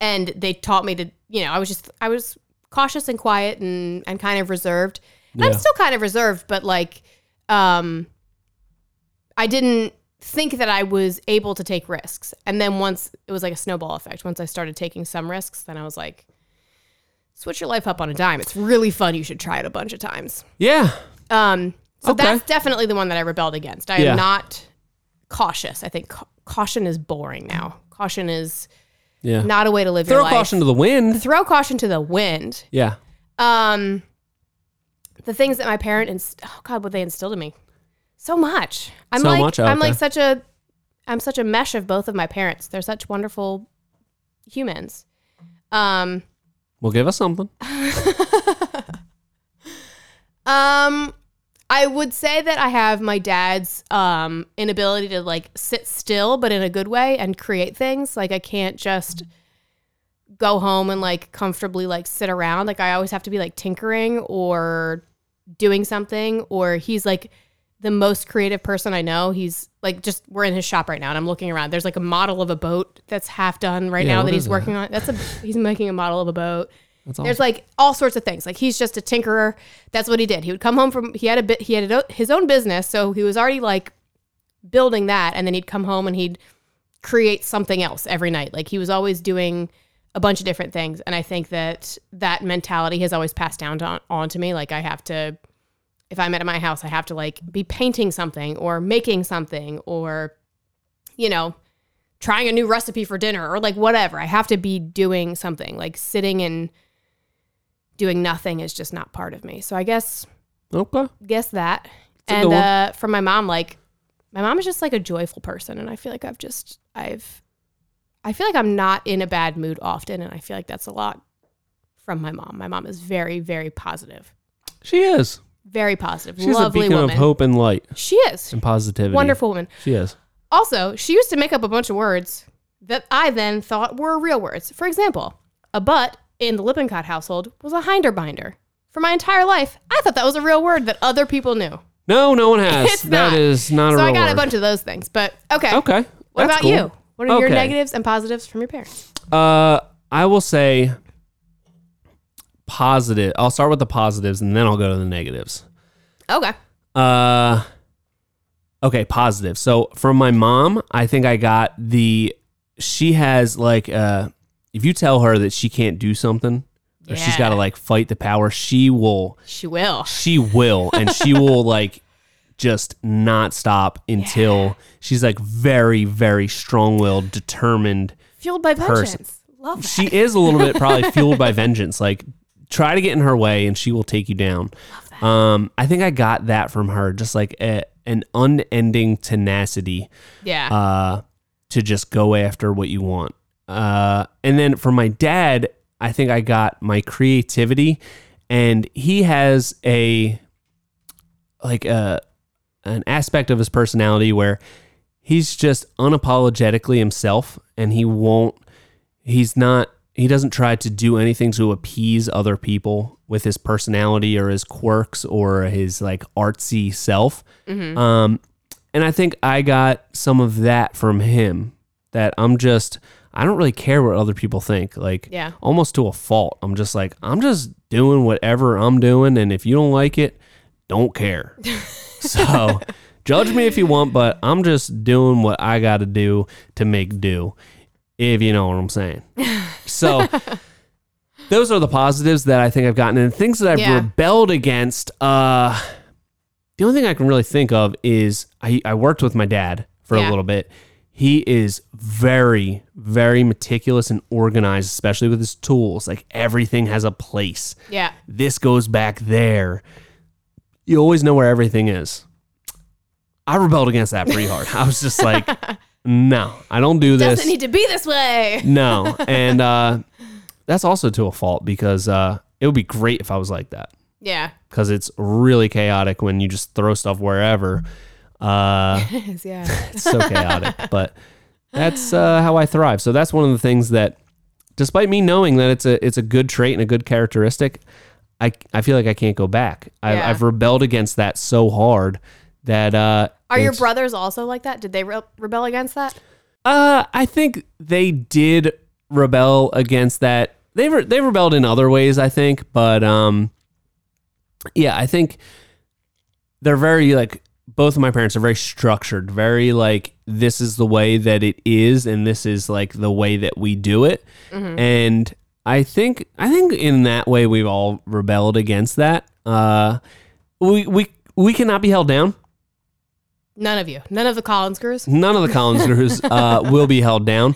[SPEAKER 2] And they taught me to, you know, I was just I was cautious and quiet and and kind of reserved. And I'm
[SPEAKER 1] Yeah.
[SPEAKER 2] still kind of reserved, but like, um, I didn't think that I was able to take risks. And then once it was like a snowball effect. Once I started taking some risks, then I was like, switch your life up on a dime. It's really fun. You should try it a bunch of times.
[SPEAKER 1] Yeah.
[SPEAKER 2] Um, so
[SPEAKER 1] Okay.
[SPEAKER 2] that's definitely the one that I rebelled against. I
[SPEAKER 1] Yeah.
[SPEAKER 2] am not cautious. I think ca- caution is boring now. Caution is
[SPEAKER 1] Yeah.
[SPEAKER 2] not a way to live
[SPEAKER 1] Throw
[SPEAKER 2] your life.
[SPEAKER 1] caution to the wind.
[SPEAKER 2] Throw caution to the wind.
[SPEAKER 1] Yeah.
[SPEAKER 2] Um, the things that my parent inst- oh god, what they instilled in me, so much. I'm
[SPEAKER 1] So
[SPEAKER 2] like
[SPEAKER 1] much? Oh,
[SPEAKER 2] I'm like
[SPEAKER 1] okay.
[SPEAKER 2] such a I'm such a mesh of both of my parents. They're such wonderful humans. Um,
[SPEAKER 1] Well, give us something.
[SPEAKER 2] Um, I would say that I have my dad's um inability to like sit still, but in a good way, and create things. Like I can't just go home and like comfortably like sit around. Like I always have to be like tinkering or doing something or he's like the most creative person I know. He's like just we're in his shop right now and I'm looking around. There's like a model of a boat that's half done right
[SPEAKER 1] Yeah,
[SPEAKER 2] now
[SPEAKER 1] what
[SPEAKER 2] that
[SPEAKER 1] is
[SPEAKER 2] he's
[SPEAKER 1] that?
[SPEAKER 2] working on. That's a he's making a model of a boat.
[SPEAKER 1] That's
[SPEAKER 2] There's like all sorts of things. Like he's just a tinkerer. That's what he did. He would come home from he had a bit he had a, his own business, so he was already like building that and then he'd come home and he'd create something else every night. Like he was always doing a bunch of different things and I think that that mentality has always passed down to, on to me like I have to if I'm at my house, I have to like be painting something or making something or you know, trying a new recipe for dinner or like whatever. I have to be doing something. Like sitting and doing nothing is just not part of me. So I guess
[SPEAKER 1] okay.
[SPEAKER 2] guess that.
[SPEAKER 1] a
[SPEAKER 2] and
[SPEAKER 1] good one.
[SPEAKER 2] uh from my mom like my mom is just like a joyful person and I feel like I've just I've I feel like I'm not in a bad mood often and I feel like that's a lot from my mom. My mom is very very positive.
[SPEAKER 1] She is.
[SPEAKER 2] Very positive.
[SPEAKER 1] She's
[SPEAKER 2] lovely
[SPEAKER 1] a beacon
[SPEAKER 2] woman.
[SPEAKER 1] of hope and light
[SPEAKER 2] She is.
[SPEAKER 1] and positivity.
[SPEAKER 2] Wonderful woman.
[SPEAKER 1] She is.
[SPEAKER 2] Also, she used to make up a bunch of words that I then thought were real words. For example, a butt in the Lippincott household was a hinderbinder. For my entire life, I thought that was a real word that other people knew.
[SPEAKER 1] No, no one has.
[SPEAKER 2] It's
[SPEAKER 1] That
[SPEAKER 2] not.
[SPEAKER 1] is not
[SPEAKER 2] So
[SPEAKER 1] a real
[SPEAKER 2] I got a
[SPEAKER 1] word.
[SPEAKER 2] bunch of those things. But okay.
[SPEAKER 1] Okay.
[SPEAKER 2] What
[SPEAKER 1] that's
[SPEAKER 2] about
[SPEAKER 1] cool.
[SPEAKER 2] you? What are your
[SPEAKER 1] Okay.
[SPEAKER 2] negatives and positives from your parents?
[SPEAKER 1] Uh, I will say positive. I'll start with the positives and then I'll go to the negatives.
[SPEAKER 2] Okay.
[SPEAKER 1] Uh, okay, positive. So from my mom, I think I got the. She has like uh, if you tell her that she can't do something, or she's
[SPEAKER 2] Yeah.
[SPEAKER 1] got to like fight the power, she will.
[SPEAKER 2] She will.
[SPEAKER 1] She will, and she will like just not stop until she's like very, very strong-willed, determined.
[SPEAKER 2] Fueled by
[SPEAKER 1] Person.
[SPEAKER 2] vengeance. Love that.
[SPEAKER 1] She is a little bit probably fueled by vengeance. Like try to get in her way, and she will take you down. Um, I think I got that from her, just like a, an unending tenacity
[SPEAKER 2] yeah.
[SPEAKER 1] uh, to just go after what you want. Uh, and then for my dad, I think I got my creativity, and he has a like a an aspect of his personality where he's just unapologetically himself, and he won't. He's not. He doesn't try to do anything to appease other people with his personality or his quirks or his like artsy self. Um, and I think I got some of that from him. That I'm just I don't really care what other people think. Like
[SPEAKER 2] Yeah.
[SPEAKER 1] almost to a fault. I'm just like I'm just doing whatever I'm doing, and if you don't like it, don't care. so judge me if you want, but I'm just doing what I got to do to make do. If you know what I'm saying. So. Those are the positives that I think I've gotten, and things that I've
[SPEAKER 2] Yeah.
[SPEAKER 1] rebelled against. Uh, the only thing I can really think of is I, I worked with my dad for a
[SPEAKER 2] Yeah.
[SPEAKER 1] little bit. He is very, very meticulous and organized, especially with his tools. Like everything has a place.
[SPEAKER 2] yeah.
[SPEAKER 1] This goes back there. You always know where everything is. I rebelled against that pretty hard. I was just like, no, I don't do this.
[SPEAKER 2] Doesn't need to be this way.
[SPEAKER 1] no. And uh, that's also to a fault because uh, it would be great if I was like that
[SPEAKER 2] Yeah.
[SPEAKER 1] because it's really chaotic when you just throw stuff wherever. Uh,
[SPEAKER 2] yeah.
[SPEAKER 1] it's so chaotic, but that's uh, how I thrive. So that's one of the things that, despite me knowing that it's a it's a good trait and a good characteristic, I I feel like I can't go back. I,
[SPEAKER 2] Yeah.
[SPEAKER 1] I've rebelled against that so hard that uh,
[SPEAKER 2] Are your
[SPEAKER 1] it's-
[SPEAKER 2] brothers also like that? Did they re- rebel against that?
[SPEAKER 1] uh, I think they did rebel against that. They re- they rebelled in other ways, I think, but um, yeah, I think they're very like both of my parents are very structured, very like this is the way that it is, and this is like the way that we do it, and I think I think in that way we've all rebelled against that. Uh, we we we cannot be held down.
[SPEAKER 2] None of you. None of the Collins crews.
[SPEAKER 1] None of the Collins crews uh, will be held down,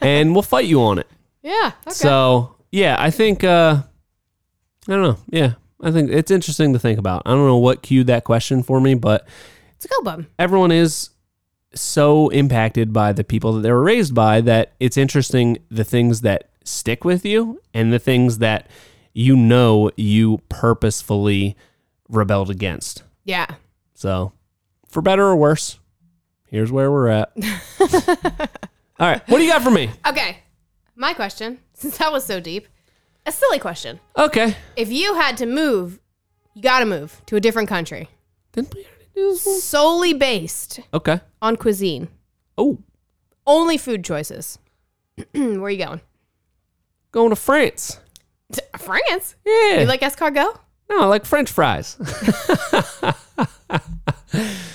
[SPEAKER 1] and we'll fight you on it.
[SPEAKER 2] Yeah. Okay.
[SPEAKER 1] So yeah, I think uh, I don't know. Yeah, I think it's interesting to think about. I don't know what cued that question for me, but
[SPEAKER 2] it's a go bum.
[SPEAKER 1] everyone is so impacted by the people that they were raised by that it's interesting the things that stick with you and the things that you know you purposefully rebelled against.
[SPEAKER 2] Yeah.
[SPEAKER 1] So, for better or worse, here's where we're at. All right, what do you got for me?
[SPEAKER 2] Okay. My question. Since that was so deep. A silly question.
[SPEAKER 1] Okay.
[SPEAKER 2] If you had to move, you got to move to a different country
[SPEAKER 1] Didn't we already do this one?
[SPEAKER 2] solely based
[SPEAKER 1] Okay.
[SPEAKER 2] on cuisine,
[SPEAKER 1] Oh,
[SPEAKER 2] only food choices. Where are you going?
[SPEAKER 1] going to France.
[SPEAKER 2] To France?
[SPEAKER 1] Yeah.
[SPEAKER 2] You like escargot?
[SPEAKER 1] no, I like French fries.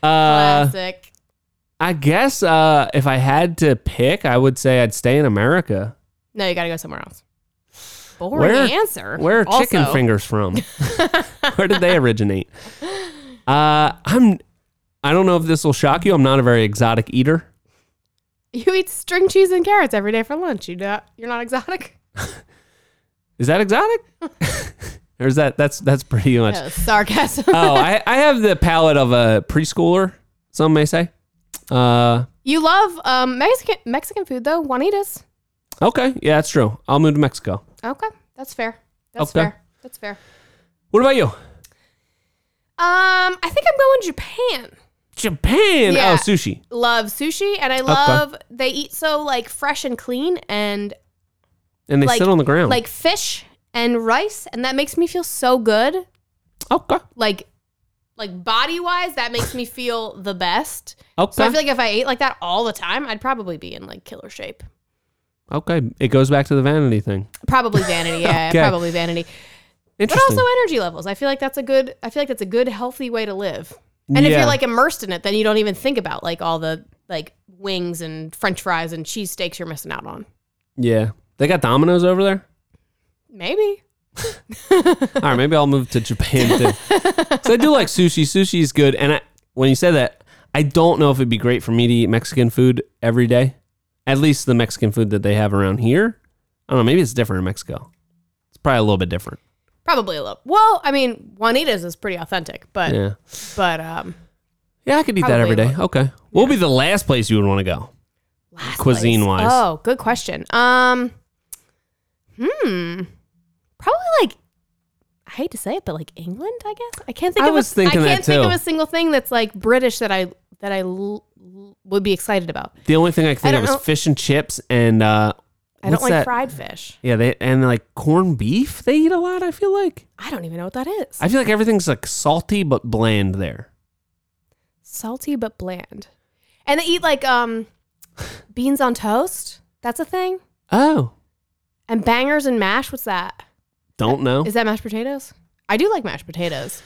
[SPEAKER 2] Classic.
[SPEAKER 1] Uh, I guess uh, if I had to pick, I would say I'd stay in America.
[SPEAKER 2] No, you got to go somewhere else. Boring
[SPEAKER 1] Where-
[SPEAKER 2] answer.
[SPEAKER 1] Where are chicken
[SPEAKER 2] also.
[SPEAKER 1] fingers from? Where did they originate? Uh, I'm. I don't know if this will shock you. I'm not a very exotic eater.
[SPEAKER 2] You eat string cheese and carrots every day for lunch. You not, you're not exotic.
[SPEAKER 1] Is that exotic? or is that that's that's pretty much?
[SPEAKER 2] No, sarcasm.
[SPEAKER 1] Oh, I, I have the palate of a preschooler. Some may say. Uh,
[SPEAKER 2] you love um, Mexican Mexican food though. Juanitas.
[SPEAKER 1] okay, yeah, that's true. I'll move to Mexico.
[SPEAKER 2] Okay, that's fair. That's
[SPEAKER 1] Okay.
[SPEAKER 2] fair. That's fair.
[SPEAKER 1] What about you?
[SPEAKER 2] Um, I think I'm going Japan.
[SPEAKER 1] Japan.
[SPEAKER 2] Yeah.
[SPEAKER 1] Oh, sushi.
[SPEAKER 2] Love sushi, and I love they eat so like fresh and clean, and
[SPEAKER 1] And they
[SPEAKER 2] like
[SPEAKER 1] sit on the ground.
[SPEAKER 2] like fish and rice, and that makes me feel so good.
[SPEAKER 1] okay,
[SPEAKER 2] Like, like body wise, that makes me feel the best.
[SPEAKER 1] okay,
[SPEAKER 2] So I feel like if I ate like that all the time, I'd probably be in like killer shape.
[SPEAKER 1] okay. It goes back to the vanity thing.
[SPEAKER 2] Probably vanity, yeah,
[SPEAKER 1] Okay.
[SPEAKER 2] probably vanity. But
[SPEAKER 1] Interesting.
[SPEAKER 2] also energy levels. I feel like that's a good. I feel like that's a good, healthy way to live. And if
[SPEAKER 1] Yeah.
[SPEAKER 2] you're like immersed in it, then you don't even think about like all the like wings and French fries and cheesesteaks you're missing out on.
[SPEAKER 1] yeah, they got Domino's over there.
[SPEAKER 2] Maybe
[SPEAKER 1] All right, maybe I'll move to Japan too. 'Cause I do like sushi. Sushi is good, and I, when you say that, I don't know if it'd be great for me to eat Mexican food every day. At least the Mexican food that they have around here. I don't know. Maybe it's different in Mexico. It's probably a little bit different.
[SPEAKER 2] probably a little. Well, I mean, Juanita's is pretty authentic, but
[SPEAKER 1] Yeah,
[SPEAKER 2] but um,
[SPEAKER 1] yeah, I could eat that every
[SPEAKER 2] Probably
[SPEAKER 1] day. Okay, what would be the last place you would want to go?
[SPEAKER 2] last
[SPEAKER 1] Cuisine
[SPEAKER 2] place.
[SPEAKER 1] wise.
[SPEAKER 2] Oh, good question. Um, hmm, probably like I hate to say it, but like England, I guess. I can't think.
[SPEAKER 1] I
[SPEAKER 2] of
[SPEAKER 1] was
[SPEAKER 2] a,
[SPEAKER 1] thinking
[SPEAKER 2] I
[SPEAKER 1] that
[SPEAKER 2] can't think
[SPEAKER 1] too.
[SPEAKER 2] of a single thing that's like British that I that I l- l- would be excited about.
[SPEAKER 1] The only thing I could think
[SPEAKER 2] I
[SPEAKER 1] of
[SPEAKER 2] don't
[SPEAKER 1] is
[SPEAKER 2] know.
[SPEAKER 1] fish and chips and uh,
[SPEAKER 2] I
[SPEAKER 1] what's
[SPEAKER 2] don't like
[SPEAKER 1] that?
[SPEAKER 2] fried fish.
[SPEAKER 1] Yeah, they and like corned beef. They eat a lot. I feel like
[SPEAKER 2] I don't even know what that is.
[SPEAKER 1] I feel like everything's like salty but bland there.
[SPEAKER 2] Salty but bland. And they eat like um beans on toast. That's a thing.
[SPEAKER 1] Oh,
[SPEAKER 2] And bangers and mash. What's that?
[SPEAKER 1] don't know.
[SPEAKER 2] Is that mashed potatoes? I do like mashed potatoes.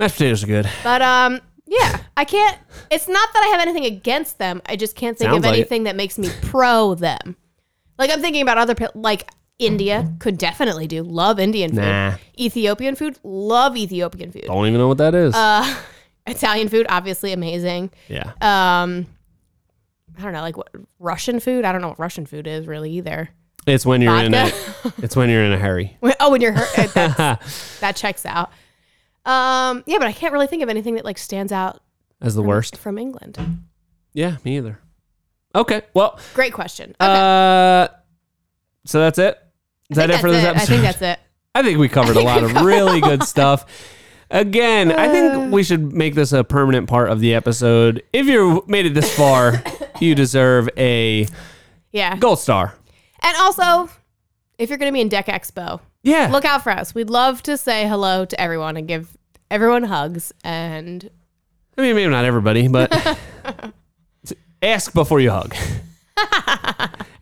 [SPEAKER 1] Mashed potatoes are good.
[SPEAKER 2] But um yeah, I can't it's not that I have anything against them. I just can't think
[SPEAKER 1] Sounds
[SPEAKER 2] of
[SPEAKER 1] like it.
[SPEAKER 2] anything that makes me pro them. Like I'm thinking about other pa- like India could definitely do love Indian food.
[SPEAKER 1] Nah.
[SPEAKER 2] Ethiopian food, love Ethiopian food.
[SPEAKER 1] Don't even know what that is.
[SPEAKER 2] Uh, Italian food, obviously amazing.
[SPEAKER 1] yeah.
[SPEAKER 2] um I don't know, like what Russian food. I don't know what Russian food is really either.
[SPEAKER 1] It's when you're in a
[SPEAKER 2] Vodka.
[SPEAKER 1] it's when you're in a hurry.
[SPEAKER 2] When- oh, when you're hurt, that, that checks out. Um, yeah, but I can't really think of anything that like stands out
[SPEAKER 1] As the worst.
[SPEAKER 2] from England.
[SPEAKER 1] Yeah, me either. Okay. Well,
[SPEAKER 2] Great question. Okay,
[SPEAKER 1] uh so that's it. Is that
[SPEAKER 2] I think
[SPEAKER 1] it for this
[SPEAKER 2] that's
[SPEAKER 1] episode?
[SPEAKER 2] I think that's it.
[SPEAKER 1] I think we covered a
[SPEAKER 2] think
[SPEAKER 1] lot
[SPEAKER 2] we
[SPEAKER 1] of really good stuff. Again, I
[SPEAKER 2] Uh.
[SPEAKER 1] think we should make this a permanent part of the episode. If you made it this far, you deserve a
[SPEAKER 2] Yeah,
[SPEAKER 1] gold star.
[SPEAKER 2] and also if you're going to be in Deck Expo,
[SPEAKER 1] Yeah.
[SPEAKER 2] look out for us. We'd love to say hello to everyone and give everyone hugs and
[SPEAKER 1] I mean, maybe not everybody, but ask before you hug.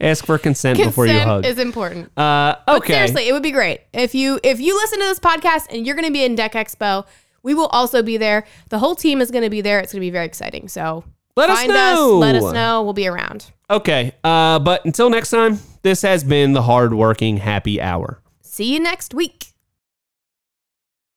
[SPEAKER 1] ask for consent, before you
[SPEAKER 2] consent
[SPEAKER 1] hug.
[SPEAKER 2] is important.
[SPEAKER 1] uh, okay.
[SPEAKER 2] Seriously, it would be great if you if you listen to this podcast and you're going to be in Deck Expo. We will also be there. The whole team is going to be there. It's going to be very exciting. So
[SPEAKER 1] Let us
[SPEAKER 2] find
[SPEAKER 1] know.
[SPEAKER 2] Let us know. We'll be around.
[SPEAKER 1] Okay. Uh, but until next time, this has been the hardworking happy hour.
[SPEAKER 2] See you next week.